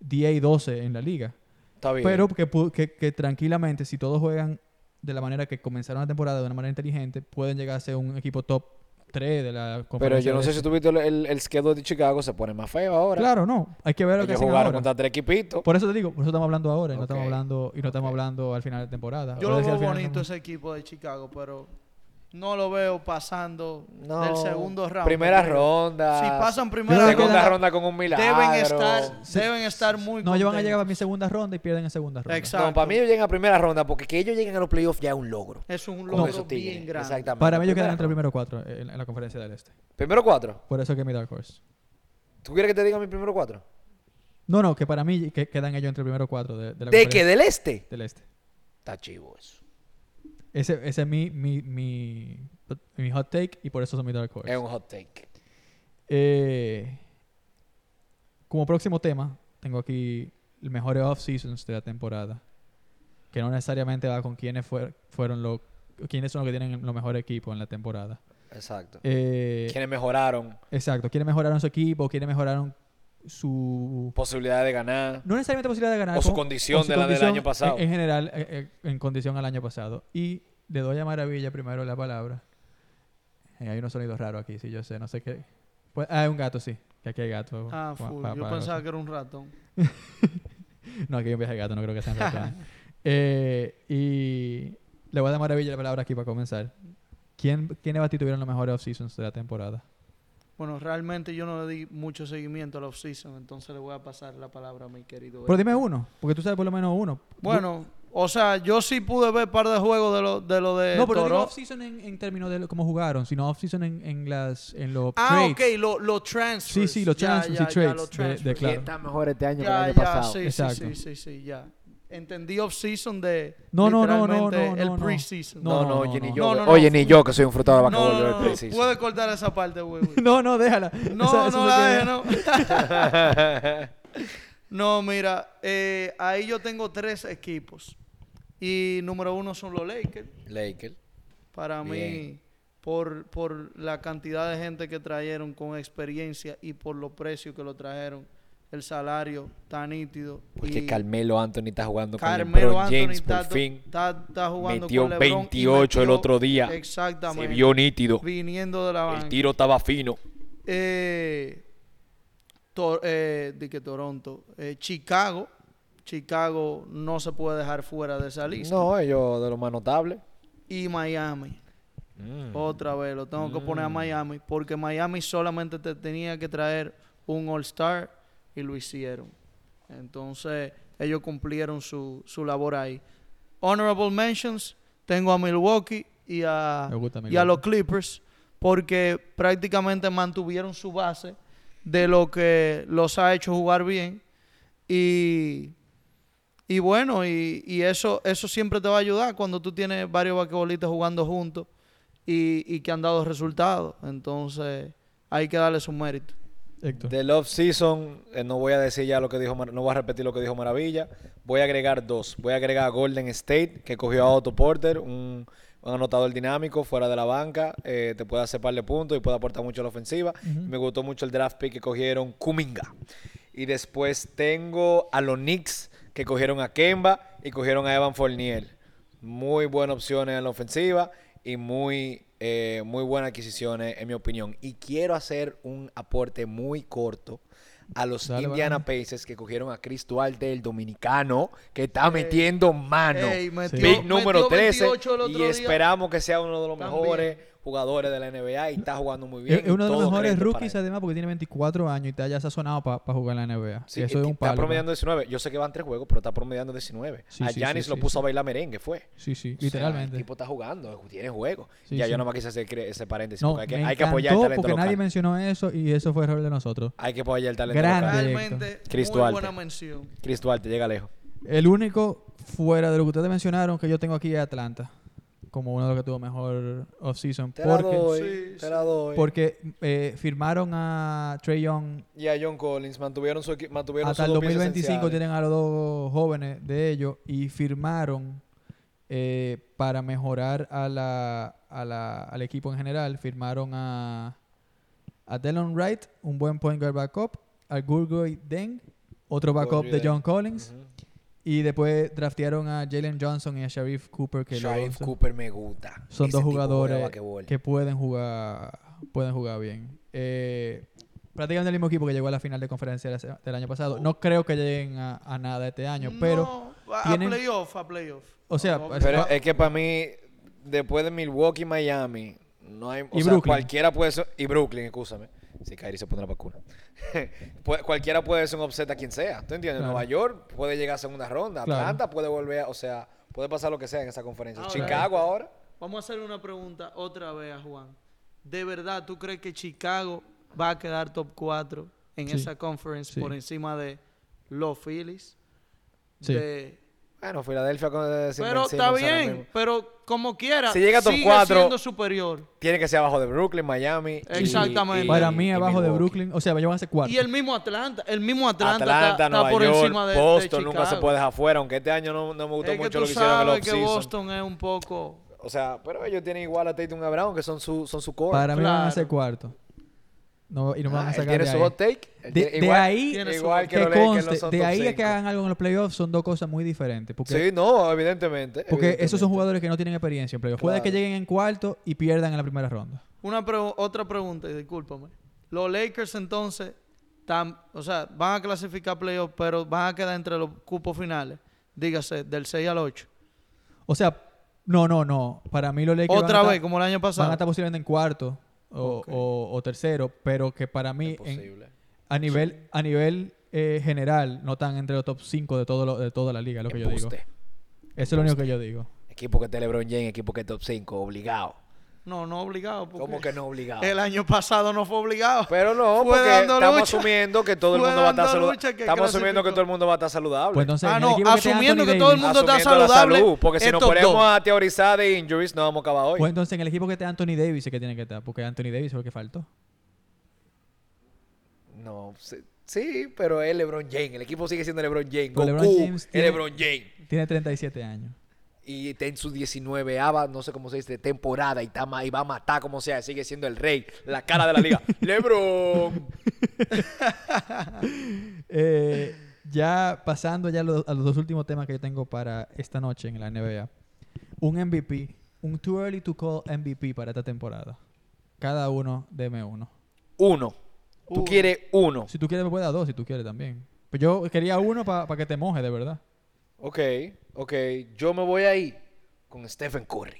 S1: 10 y 12 en la liga,
S4: Está bien.
S1: pero que, pu- que, que tranquilamente, si todos juegan de la manera que comenzaron la temporada, de una manera inteligente, pueden llegar a ser un equipo top 3 de la
S4: Pero
S1: conferencia
S4: yo no sé
S1: de-
S4: si tuviste el, el, el schedule de Chicago, se pone más feo ahora.
S1: Claro, no. Hay que ver lo que
S4: Ellos
S1: hacen
S4: jugaron
S1: ahora.
S4: contra tres equipitos.
S1: Por eso te digo, por eso estamos hablando ahora, y no
S4: Ok.
S1: estamos hablando, y no estamos
S4: Ok.
S1: hablando al final de temporada.
S3: Yo
S1: Ahora
S3: lo
S1: sí, al
S3: veo
S1: final
S3: bonito
S1: no-
S3: ese equipo de Chicago, pero no lo veo pasando
S4: No.
S3: del segundo round.
S4: Primera
S3: Pero
S4: ronda.
S3: Si pasan primera
S1: Creo que
S4: Segunda
S1: la-
S3: ronda,
S4: ronda con un milagro.
S3: deben estar,
S1: Sí.
S3: deben estar muy
S1: No, ellos van a
S3: contentos.
S1: llegar a mi segunda ronda y pierden en segunda ronda.
S3: Exacto.
S4: No, para mí ellos llegan a primera ronda porque que ellos lleguen a los playoffs ya es un logro.
S3: Es un
S4: Con
S3: logro
S4: esos tigres.
S3: bien grande.
S4: Exactamente.
S1: Para mí ellos
S4: Primera
S1: quedan entre los
S4: ronda.
S1: primeros cuatro en, en la conferencia del este.
S4: Primero cuatro.
S1: Por eso que es mi Dark Horse.
S4: ¿Tú quieres que te diga mi primero cuatro?
S1: No, no, que para mí que- quedan ellos entre los primeros cuatro de, de la
S4: ¿De qué?
S1: conferencia
S4: ¿Del este?
S1: del este.
S4: Está chivo eso.
S1: Ese, ese es mi, mi, mi, mi hot take y por eso son mi Dark Horse.
S4: Es un hot take.
S1: Eh, como próximo tema, tengo aquí el mejor off-seasons de la temporada. Que no necesariamente va con quiénes fue- fueron los... Quiénes son los que tienen los mejores equipos en la temporada.
S4: Exacto.
S1: Eh,
S4: Quienes mejoraron,
S1: exacto. Quiénes mejoraron su equipo, quiénes mejoraron su...
S4: posibilidad de ganar.
S1: No necesariamente posibilidad de ganar.
S4: O su
S1: como-
S4: condición de la del año pasado.
S1: En, en general, eh, eh, en condición al año pasado. Y le doy a Maravilla primero la palabra. Eh, hay unos sonidos raros aquí, sí, yo sé, no sé qué. Pues, ah, hay un gato, sí. Que aquí hay gato.
S3: Ah,
S1: Pa-
S3: full.
S1: pa-
S3: Yo
S1: pa-
S3: pensaba que era un ratón.
S1: No, aquí hay un viaje de gato, no creo que sean ratones. eh, y le voy a dar Maravilla la palabra aquí para comenzar. ¿Quién, ¿Quiénes para ti tuvieron los mejores off-seasons de la temporada?
S3: Bueno, realmente yo no le di mucho seguimiento al off-season, entonces le voy a pasar la palabra a mi querido.
S1: Pero dime uno, porque tú sabes por lo menos uno.
S3: Bueno, o sea, yo sí pude ver par de juegos de lo de, lo de
S1: No, pero digo
S3: Eh, Toro.
S1: off-season en, en términos de lo- cómo jugaron, sino off-season en, en, las, en los
S3: Ah,
S1: trades.
S3: ok, los lo transfers.
S1: Sí, sí, los
S3: Ya,
S1: transfers
S3: ya,
S1: y
S3: ya,
S1: trades
S3: los
S1: de-
S3: transfers.
S1: de Claro.
S5: ¿Quién está mejor este año que el
S3: Ya,
S5: año
S3: ya,
S5: pasado?
S3: sí, sí,
S1: Exacto.
S3: sí, sí, sí, ya. Entendí off-season de
S1: No, no, no, no, no,
S3: literalmente
S1: no,
S3: el
S1: no.
S3: pre-season.
S1: No,
S4: No,
S1: no,
S4: no,
S1: no,
S4: yo ni
S1: no.
S4: yo.
S3: No, no, no.
S4: Oye, ni yo que soy un frutado de
S3: no,
S4: vaca
S3: no,
S4: volver
S3: no, no,
S4: preciso.
S3: puede cortar esa parte, güey. güey.
S1: No, no, déjala.
S3: No,
S1: Esa- esa
S3: no
S1: se
S3: la
S1: queda.
S3: dejes, no. no, mira, eh, ahí yo tengo tres equipos. Y número uno son los Lakers.
S4: Lakers.
S3: Para mí,
S4: Bien.
S3: por, por la cantidad de gente que trajeron con experiencia y por los precios que lo trajeron, el salario tan nítido.
S4: Porque
S3: y
S4: Carmelo Anthony está jugando
S3: Carmelo
S4: con LeBron
S3: Anthony
S4: James
S3: está,
S4: por fin.
S3: está- está jugando
S4: Metió
S3: con LeBron y
S4: 28 el
S3: metió-
S4: otro día. Se
S3: Exactamente.
S4: Se vio nítido.
S3: viniendo de la banca.
S4: El tiro estaba fino.
S3: Eh, Tor- eh, di que Toronto. eh, Chicago. Chicago no se puede dejar fuera de esa lista.
S4: No, ellos de lo más notable.
S3: Y Miami.
S4: Mm.
S3: Otra vez, lo tengo que poner a Miami, porque Miami solamente te tenía que traer un All-Star y lo hicieron. Entonces, ellos cumplieron su, su labor ahí. Honorable mentions, tengo a Milwaukee y a,
S1: Me gusta
S3: y a
S1: Milwaukee.
S3: los Clippers, porque prácticamente mantuvieron su base de lo que los ha hecho jugar bien. Y, y bueno, y, y eso, eso siempre te va a ayudar cuando tú tienes varios basquetbolistas jugando juntos y, y que han dado resultados. Entonces, hay que darle su mérito.
S1: Héctor.
S4: Del off-season, eh, no voy a decir ya lo que dijo, Mar- no voy a repetir lo que dijo Maravilla. Voy a agregar dos. Voy a agregar a Golden State, que cogió a Otto Porter, un, un anotador dinámico, fuera de la banca, eh, te puede hacer par de puntos y puede aportar mucho a la ofensiva. Me gustó mucho el draft pick que cogieron Kuminga. Y después tengo a los Knicks, que cogieron a Kemba y cogieron a Evan Fournier. Muy buenas opciones en la ofensiva y muy, eh, muy buenas adquisiciones, en mi opinión. Y quiero hacer un aporte muy corto a los
S1: Dale,
S4: Indiana
S1: vale.
S4: Pacers que cogieron a Chris Duarte, el dominicano, que está metiendo mano.
S3: Ey, metió-
S4: Ah, Pick
S3: metió
S4: número 13.
S3: 28 el otro
S4: Y
S3: día.
S4: esperamos que sea uno de los
S3: También.
S4: mejores jugadores de la NBA y está jugando muy bien.
S1: Es es Eh, uno de los
S4: Todo
S1: mejores
S4: crédito para
S1: rookies,
S4: él.
S1: además, porque tiene 24 años y está ya sazonado para jugar en la NBA.
S4: Sí,
S1: Y eso
S4: y
S1: es un
S4: Eh, está
S1: palo.
S4: promediando 19. Yo sé que van tres juegos, pero está promediando 19.
S1: Sí,
S4: a
S1: sí,
S4: Giannis
S1: sí,
S4: lo
S1: sí,
S4: puso
S1: sí.
S4: a bailar merengue, fue.
S1: Sí, sí,
S4: O sea,
S1: literalmente.
S4: el tipo está jugando, tiene juego.
S1: Sí,
S4: ya
S1: sí.
S4: yo nada más quise hacer cre- ese paréntesis.
S1: no,
S4: porque hay que,
S1: me
S4: hay que apoyar el
S1: encantó
S4: talento
S1: porque
S4: local.
S1: nadie mencionó eso y eso fue error de nosotros.
S4: Hay que apoyar el talento
S1: Grande.
S4: local.
S3: Realmente,
S4: Chris
S3: muy
S4: Duarte.
S3: buena mención.
S4: Chris Duarte llega lejos.
S1: El único fuera de lo que ustedes mencionaron que yo tengo aquí es Atlanta. Como uno de los que tuvo mejor off-season. Porque,
S3: Sí, sí.
S4: doy.
S1: porque eh, firmaron a Trey Young.
S4: Y a John Collins mantuvieron su equipo. Mantuvieron
S1: Hasta el
S4: sus dos piezas
S1: 2025
S4: esenciales.
S1: tienen a los dos jóvenes de ellos y firmaron eh, para mejorar a la, a la- al equipo en general, firmaron a, a Delon Wright, un buen point guard backup, a Gurgoy Deng, otro backup
S4: Gurgui
S1: de
S4: Deng.
S1: John Collins, y después draftearon a Jalen Johnson y a Sharif Cooper, que los
S4: Sharif
S1: dos son-
S4: Cooper me gusta.
S1: son
S4: Ese
S1: dos
S4: tipo juega
S1: jugadores
S4: basquetbol.
S1: que pueden jugar pueden jugar bien. Eh, prácticamente el mismo equipo que llegó a la final de conferencia de la se- del año pasado. No creo que lleguen a, a nada este año, pero
S3: No, a, a
S1: tienen-
S3: playoff, a playoff.
S1: o sea,
S3: No,
S4: Pero
S1: va-
S4: es que para mí, después de Milwaukee y Miami, no hay. O
S1: Y
S4: sea,
S1: Brooklyn.
S4: cualquiera puede ser. Y Brooklyn, escúchame. Si Kyrie se pone la vacuna. Pu- cualquiera puede ser un upset a quien sea. ¿Tú entiendes?
S1: Claro.
S4: Nueva York puede llegar a segunda ronda.
S1: Claro.
S4: Atlanta puede volver. a- O sea, puede pasar lo que sea en esa conferencia.
S3: Ahora-
S4: Chicago ahora.
S3: Vamos a hacerle una pregunta otra vez a Juan. ¿De verdad tú crees que Chicago va a quedar top 4 en
S1: Sí.
S3: esa conference
S1: Sí.
S3: por encima de los Phillies?
S1: Sí.
S3: De-
S4: Bueno, Filadelfia con eh, sin
S3: Pero
S4: Ben
S3: está
S4: Simmons ahora
S3: bien,
S4: mismo.
S3: pero como quiera,
S4: Si llega a top
S3: sigue
S4: cuatro-
S3: siendo superior.
S4: Tiene que ser abajo de Brooklyn, Miami. y-
S3: Exactamente.
S4: y-
S1: para mí
S4: y
S1: abajo de
S4: Milwaukee.
S1: Brooklyn, o sea, van a ser cuatro.
S3: Y el mismo Atlanta, el mismo Atlanta,
S4: Atlanta,
S3: está- está,
S4: Nueva
S3: por
S4: York,
S3: encima de de
S4: Boston nunca se
S3: Chicago.
S4: puede dejar afuera, aunque este año no, no me gustó
S3: Es que
S4: mucho
S3: tú
S4: lo que hicieron en el
S3: sabes que
S4: offseason.
S3: Boston es un poco...
S4: O sea, pero ellos tienen igual a Tatum y a Brown, que son su, son su core.
S1: para mí van a
S3: claro.
S1: ser cuarto. No, y no me van
S4: Ah,
S1: a
S4: él
S1: sacar
S4: tiene
S1: de
S4: su
S1: ahí.
S4: hot take. él
S1: De-
S4: tiene-
S1: de
S4: igual,
S1: ahí-
S3: Tiene su
S4: igual
S3: hot
S4: que,
S1: Que
S4: los Lakers
S1: conste,
S4: no son
S1: de
S4: top
S1: ahí a
S4: cinco.
S1: que hagan algo en los playoffs son dos cosas muy diferentes. Porque
S4: Sí, no, evidentemente.
S1: Porque esos son
S4: evidentemente.
S1: jugadores que no tienen experiencia en playoffs. Puede que
S4: Claro.
S1: lleguen en cuarto y pierdan en la primera ronda.
S3: Una pregu- otra pregunta, y discúlpame. Los Lakers entonces, tam- o sea, van a clasificar playoff, pero van a quedar entre los cupos finales. Dígase, del 6 al 8.
S1: O sea, no, no, no. Para mí los Lakers van a
S3: Otra
S1: estar-
S3: vez, como el año
S1: van a
S3: pasado.
S1: estar posiblemente en cuarto o,
S4: Ok.
S1: o- o tercero, pero que para mí en-
S4: Imposible.
S1: a nivel a nivel eh, general no están entre los top 5 de todo lo- de toda la liga, lo que yo digo.
S4: Embuste.
S1: Eso es lo único que yo digo.
S4: Equipo que esté LeBron James, equipo que esté top 5, obligado.
S3: No, no obligado. Porque
S4: ¿Cómo que no obligado?
S3: El año pasado no fue obligado.
S4: Pero no,
S3: Fue
S4: porque
S3: dando
S4: estamos
S3: lucha.
S4: asumiendo que todo el
S3: Fue
S4: mundo va a estar
S3: dando
S4: saludable.
S3: lucha que
S4: Estamos asumiendo que
S3: clasificó.
S4: todo el mundo va a estar saludable.
S1: Pues entonces,
S3: Ah,
S1: en
S3: no,
S1: el equipo esté
S3: asumiendo
S1: Anthony
S3: que todo el
S1: Davis-
S3: mundo está
S4: Asumiendo la
S3: saludable,
S4: salud, porque si
S3: es
S4: nos
S3: top
S4: ponemos
S3: dos.
S4: a teorizar de injuries, no vamos a acabar hoy.
S1: Pues entonces en el equipo que esté Anthony Davis es que tiene que estar, porque Anthony Davis es lo que faltó.
S4: No, sí, sí, pero es LeBron James. El equipo sigue siendo LeBron James.
S1: Pero
S4: Goku
S1: Pues LeBron James
S4: es
S1: tiene-
S4: LeBron James.
S1: Tiene 37 años.
S4: Y está en su 19 ava, no sé cómo se dice, temporada. Y, está, ma- y va a matar como sea. Sigue siendo el rey, la cara de la liga. LeBron.
S1: Eh, ya pasando ya lo- a los dos últimos temas que yo tengo para esta noche en la NBA. Un MVP, un too early to call MVP para esta temporada. Cada uno deme uno.
S4: Uno. Tú
S3: Uno.
S4: quieres uno.
S1: Si tú quieres me puedes dar dos, si tú quieres también. Pero yo quería uno para que te moje, de verdad.
S4: Ok, ok. Yo me voy ahí con Stephen Curry.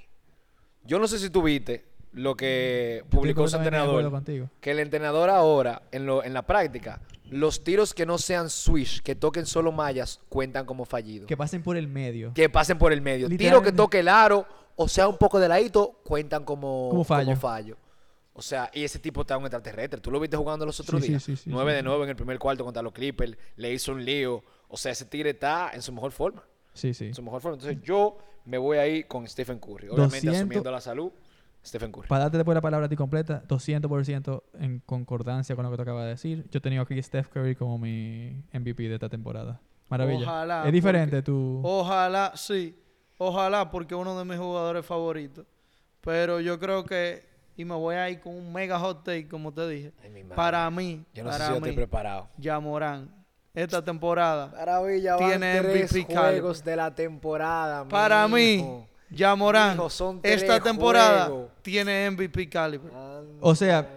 S4: Yo no sé si tú viste lo
S1: Mm,
S4: que publicó
S1: Estoy
S4: su
S1: completamente de acuerdo
S4: entrenador.
S1: contigo.
S4: Que el entrenador ahora, en, lo, en la práctica, los tiros que no sean swish, que toquen solo mallas, cuentan como fallidos.
S1: Que pasen por el medio.
S4: que pasen por el medio. Tiro
S1: Literalmente.
S4: que toque el aro, o sea, un poco de ladito, cuentan como,
S1: Como fallo.
S4: O sea, y ese tipo está un extraterrestre. Tú lo viste jugando los otros
S1: Sí,
S4: días.
S1: sí, sí, sí,
S4: 9
S1: sí,
S4: de 9 en el primer cuarto contra los Clippers. Le hizo un lío. O sea, ese tigre está en su mejor forma.
S1: Sí, sí.
S4: En su mejor forma. Entonces, yo me voy ahí con Stephen Curry. Obviamente,
S1: 200.
S4: asumiendo la salud, Stephen Curry.
S1: Para darte después la palabra a ti completa, 200% en concordancia con lo que te acabas de decir. Yo he tenido aquí a Steph Curry como mi MVP de esta temporada. Maravilla.
S3: Ojalá,
S1: es
S3: porque- Oh.
S1: diferente tu...
S3: Ojalá, sí. Ojalá, porque es uno de mis jugadores favoritos. Pero yo creo que, y me voy a ir con un mega hot take, como te dije.
S4: Ay, mi madre.
S3: Para mí,
S4: Yo no sé
S3: para
S4: si yo estoy
S3: mí,
S4: preparado.
S3: Yamorán, esta temporada,
S4: Maravilla,
S3: van Tiene tres MVP juegos
S4: de la temporada.
S3: para mí, Yamorán,
S4: Mijo, son tres
S3: esta temporada
S4: juegos.
S3: tiene MVP caliber.
S1: O sea,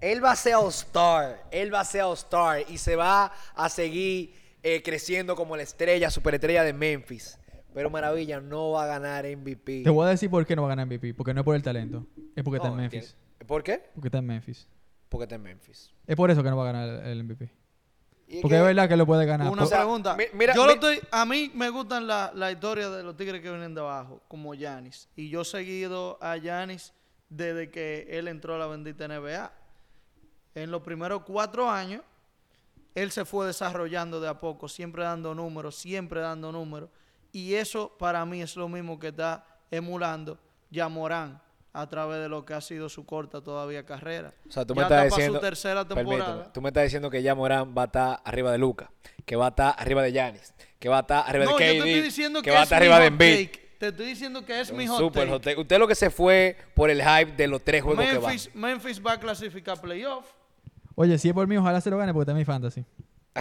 S4: Él va a ser All-Star. Él va a ser All-Star. Y se va a seguir eh, creciendo como la estrella, superestrella de Memphis. Pero Maravilla no va a ganar MVP.
S1: te voy a decir por qué no va a ganar MVP. Porque no es por el talento. Es porque está en
S4: No,
S1: Memphis.
S4: tiene- ¿Por qué?
S1: Porque está en Memphis.
S4: Porque está en Memphis.
S1: Es por eso que no va a ganar el MVP.
S4: Y
S1: Porque
S4: que-
S1: es verdad que lo puede ganar.
S3: Una
S1: Por-
S4: o sea,
S3: pregunta.
S4: mi- mira,
S3: yo lo
S4: mi-
S3: estoy, a mí me gustan la- las historias de los tigres que vienen de abajo, como Yanis. Y yo he seguido a Yanis desde que él entró a la bendita NBA. En los primeros cuatro años, él se fue desarrollando de a poco, siempre dando números, siempre dando números. Y eso para mí es lo mismo que está emulando Yamorán a través de lo que ha sido su corta todavía carrera.
S4: O sea, tú
S3: Ya
S4: me estás
S3: está pa' su
S4: diciendo.
S3: tercera
S4: Permíteme,
S3: temporada.
S4: Tú me estás diciendo que ya Morán va a estar arriba de Luca, que va a estar arriba de Yanis, que va a estar arriba
S3: No,
S4: de
S3: yo
S4: KD,
S3: te estoy diciendo que,
S4: va a
S3: es
S4: estar
S3: mi
S4: arriba de
S3: hot
S4: Embiid.
S3: take. Te estoy diciendo que es mi
S4: Un
S3: hot
S4: super
S3: take.
S4: hot take. Usted lo que se fue por el hype de los tres juegos que van.
S3: Memphis, Memphis va a clasificar playoff.
S1: Oye, si es por mí, ojalá se lo gane porque está en mi fantasy.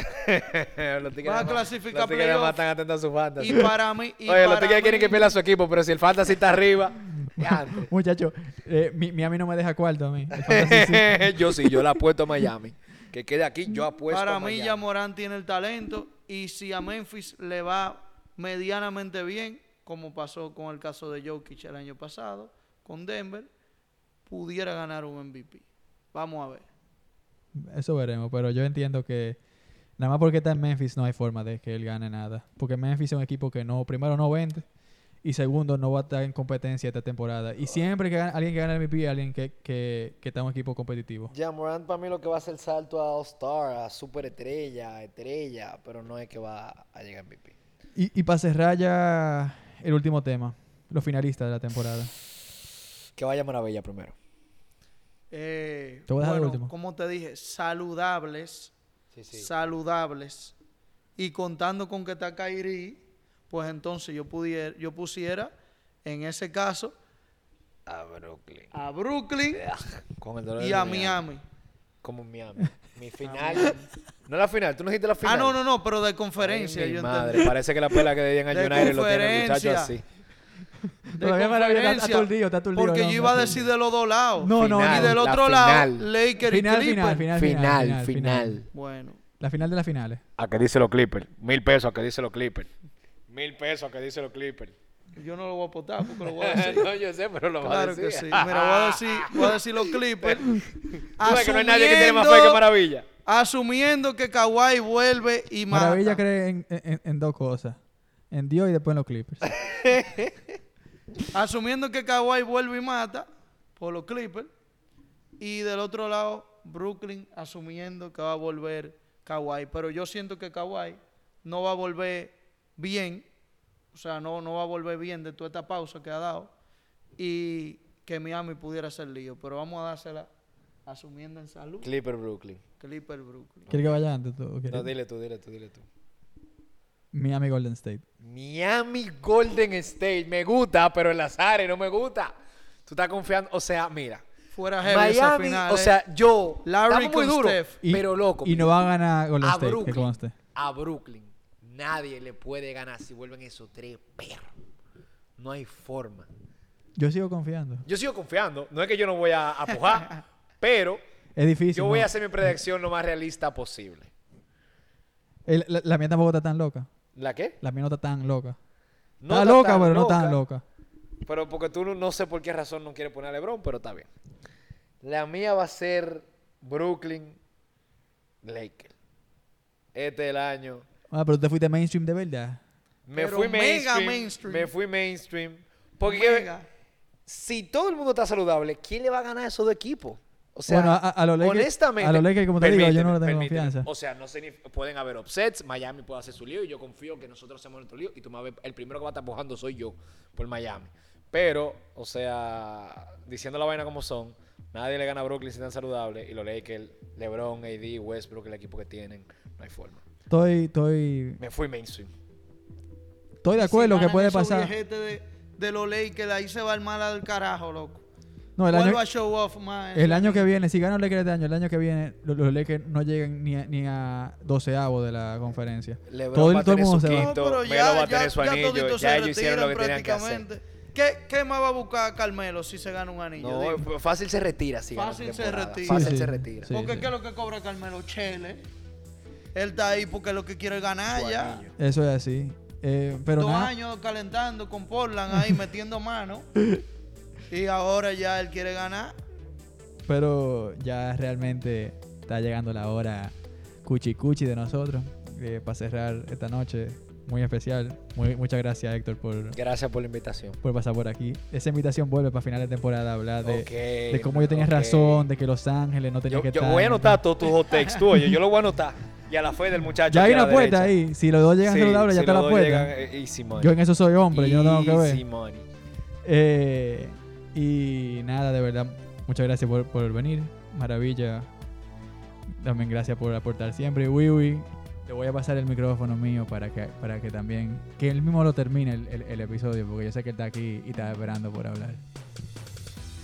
S4: los tigres
S3: Va a
S4: más-
S3: clasificar
S4: los tigres
S3: playoff.
S4: más están atentos a su fantasy.
S3: Y para mí. Y
S4: Oye, los
S3: para
S4: tigres quieren
S3: mí-
S4: que pierda su equipo, pero si el fantasy está arriba, diantre.
S1: Muchacho, eh, mi, Miami no me deja cuarto a mí. El fantasy sí.
S4: yo sí, yo la apuesto a Miami. Que quede aquí, yo apuesto
S3: Para
S4: a
S3: mí,
S4: Miami.
S3: ya Morán tiene el talento. Y si a Memphis le va medianamente bien, como pasó con el caso de Jokic el año pasado, con Denver, pudiera ganar un MVP. Vamos a ver.
S1: Eso veremos, pero yo entiendo que nada más porque está en Memphis no hay forma de que él gane nada. Porque Memphis es un equipo que no, primero no vende y segundo no va a estar en competencia esta temporada. Y siempre que gana- alguien que gana el MVP es alguien que, que, que está en un equipo competitivo.
S4: Ya Morant para mí lo que va a hacer salto a All-Star, a Superestrella, Estrella, pero no es que va a llegar MVP.
S1: Y, y para cerrar ya el último tema, los finalistas de la temporada.
S4: Que vaya Maravilla primero.
S3: Eh,
S1: Te voy a dejar de
S3: bueno,
S1: último.
S3: como te dije, saludables.
S4: Sí,
S3: saludables y contando con que está Kairi, pues entonces yo pudiera, yo pusiera en ese caso
S4: A Brooklyn.
S3: a Brooklyn
S4: Con el dolor
S3: y
S4: de
S3: a Miami. Ah,
S4: Como Miami. Mi final. no la final, tú no hiciste la final.
S3: Ah, no, no, no, pero de
S4: Ay,
S3: conferencia,
S4: mi
S3: yo
S4: madre,
S3: entendí.
S4: parece que la pela que debían a
S3: De
S4: United lo tiene el muchacho
S3: conferencia.
S4: así.
S3: De
S1: Todavía Maravilla está- está
S3: conferencia,
S1: aturdido, está aturdido,
S3: Porque
S1: no,
S3: yo iba a
S1: no,
S3: decir de los dos lados.
S1: No, no,
S4: Final,
S3: y del
S4: la
S3: otro
S4: final.
S3: lado, Laker y
S1: Final,
S3: Clipper.
S1: final, final, final, final,
S3: Bueno,
S1: La final de las finales.
S4: A que dice los Clippers. Mil pesos a que dice los Clippers. Mil pesos a que dice los Clippers.
S3: yo no lo voy a apostar porque lo voy a decir.
S4: no, yo sé, pero lo va a
S3: Claro
S4: decir.
S3: que sí. Mira, voy a decir, voy a decir los Clippers.
S4: Tú ves que no hay nadie que tiene más fe que
S3: asumiendo-
S4: Maravilla.
S3: Asumiendo que Kawhi vuelve y mata.
S1: Maravilla cree en, en- en dos cosas. En Dios y después en los Clippers.
S3: Asumiendo que Kawhi vuelve y mata por los Clippers. Y del otro lado, Brooklyn asumiendo que va a volver Kawhi. Pero yo siento que Kawhi no va a volver bien. O sea, no, no va a volver bien de toda esta pausa que ha dado. Y que Miami pudiera ser lío. Pero vamos a dársela asumiendo en salud.
S4: Clipper Brooklyn.
S3: Clipper Brooklyn.
S1: ¿Quieres que vaya antes tú? ¿O quieres?
S4: No, dile tú, dile tú, dile tú.
S1: Miami Golden State.
S4: Miami Golden State. Me gusta, pero el azar no me gusta. Tú estás confiando. O sea, mira.
S3: Fuera heavy esa
S4: Miami,
S3: final.
S4: o
S3: ¿eh?
S4: sea, yo.
S3: Larry
S4: estamos muy
S3: con
S4: duro,
S3: Steph.
S1: Y-
S4: pero loco.
S1: Y no va a ganar Golden
S4: a
S1: State,
S4: Brooklyn,
S1: que conste.
S4: A Brooklyn. Nadie le puede ganar si vuelven esos tres perros. No hay forma.
S1: Yo sigo confiando.
S4: Yo sigo confiando. No es que yo no voy a apujar, pero
S1: Es difícil.
S4: yo voy
S1: ¿no?
S4: a hacer mi predicción lo más realista posible.
S1: El- la, la mía tampoco está tan loca.
S4: ¿La qué?
S1: La mía no está tan loca.
S4: No
S1: está,
S4: está
S1: loca,
S4: tan
S1: pero no tan loca.
S4: Pero porque tú no, no sé por qué razón no quieres poner a LeBron, pero está bien. La mía va a ser Brooklyn Lakers. Este es el año.
S1: Ah, pero te fuiste mainstream de verdad.
S4: Me
S3: Pero
S4: fui
S3: mega
S4: mainstream,
S3: mainstream.
S4: Me fui mainstream. Porque
S3: Venga.
S4: si todo el mundo está saludable, ¿quién le va a ganar a esos dos equipos? O sea,
S1: Bueno, a- a los Lakers-
S4: honestamente,
S1: a los Lakers, como te digo, yo no
S4: permíteme,
S1: le tengo
S4: permíteme.
S1: confianza.
S4: O sea, no sé ni- pueden haber upsets, Miami puede hacer su lío y yo confío que nosotros hacemos nuestro lío y tú me vas a ver- el primero que va a estar empujando soy yo por Miami. Pero, o sea, diciendo la vaina como son, nadie le gana a Brooklyn si tan saludable y los Lakers, LeBron, AD, Westbrook, el equipo que tienen, no hay forma.
S1: Estoy, estoy,
S4: Me fui mainstream.
S1: estoy de acuerdo
S3: Si
S1: que
S3: ganan
S1: puede
S3: esos
S1: pasar.
S3: viejetes De, de los Lakers, ahí se va el mal al carajo, loco.
S1: No, el año,
S3: Vuelva a show off más.
S1: el año que viene, si ganan los Lakers este año, el año que viene lo- los, Lakers no llegan ni a, ni a doceavo de la conferencia.
S4: LeBron
S1: Todo,
S4: va
S1: el-
S4: a
S1: todo el
S4: tener
S1: mundo
S4: su
S1: se va.
S4: quinto. Melo va a tener su anillo,
S3: toditos
S4: ya
S3: se
S4: ellos hicieron lo que
S3: retiran
S4: tenían que hacer.
S3: prácticamente. ¿Qué, ¿Qué más va a buscar Carmelo si se gana un anillo?
S4: No,
S3: Dime.
S4: fácil se retira, sí. gana la
S3: Fácil se
S4: temporada.
S3: retira.
S4: Fácil
S1: Sí, sí,
S4: se retira.
S1: sí.
S3: porque ¿qué es lo que cobra Carmelo? Chele. Él está ahí porque es lo que quiere ganar
S4: Su
S3: Ah, ya.
S4: anillo.
S1: Eso es así. Eh, pero
S3: Dos
S1: nada,
S3: años calentando con Portland ahí, metiendo mano. Y ahora ya él quiere ganar.
S1: pero ya realmente está llegando la hora cuchi cuchi de nosotros eh, para cerrar esta noche muy especial. Muy, muchas gracias Héctor por,
S4: Gracias por la invitación.
S1: por pasar por aquí. Esa invitación vuelve para final de temporada a hablar de,
S4: Ok,
S1: de cómo yo tenía
S4: ok.
S1: razón, de que Los Ángeles no tenía
S4: Yo,
S1: que
S4: yo
S1: estar.
S4: voy a anotar todos tus hot takes tuyos. Yo lo voy a anotar. Y a la fe del muchacho.
S1: Ya hay
S4: aquí a
S1: una
S4: la
S1: apuesta
S4: derecha.
S1: ahí. Si los dos llegan
S4: Sí,
S1: saludables, ya
S4: si
S1: está la
S4: los dos
S1: apuesta.
S4: llegan, eh, Easy money.
S1: Yo en eso soy hombre, yo no tengo que
S4: Easy
S1: ver.
S4: money.
S1: Eh, y nada, de verdad, muchas gracias por, por venir. Maravilla. También gracias por aportar siempre. Wiwi, Te voy a pasar el micrófono mío para que, para que también. Que él mismo lo termine el, el- el episodio, porque yo sé que él está aquí y está esperando por hablar.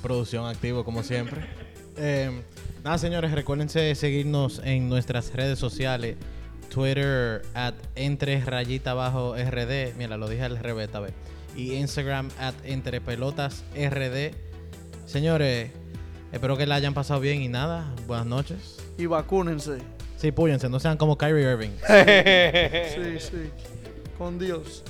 S2: Producción activo, como siempre. Eh, nada, señores, recuérdense seguirnos en nuestras redes sociales. Twitter, at entre rayita abajo RD. Mira, lo dije al revés esta vez. Y Instagram, at entre pelotas RD. Señores, espero que la hayan pasado bien y nada, buenas noches.
S3: Y vacúnense.
S2: Sí, púyense, no sean como Kyrie Irving.
S3: Sí, sí. Con Dios.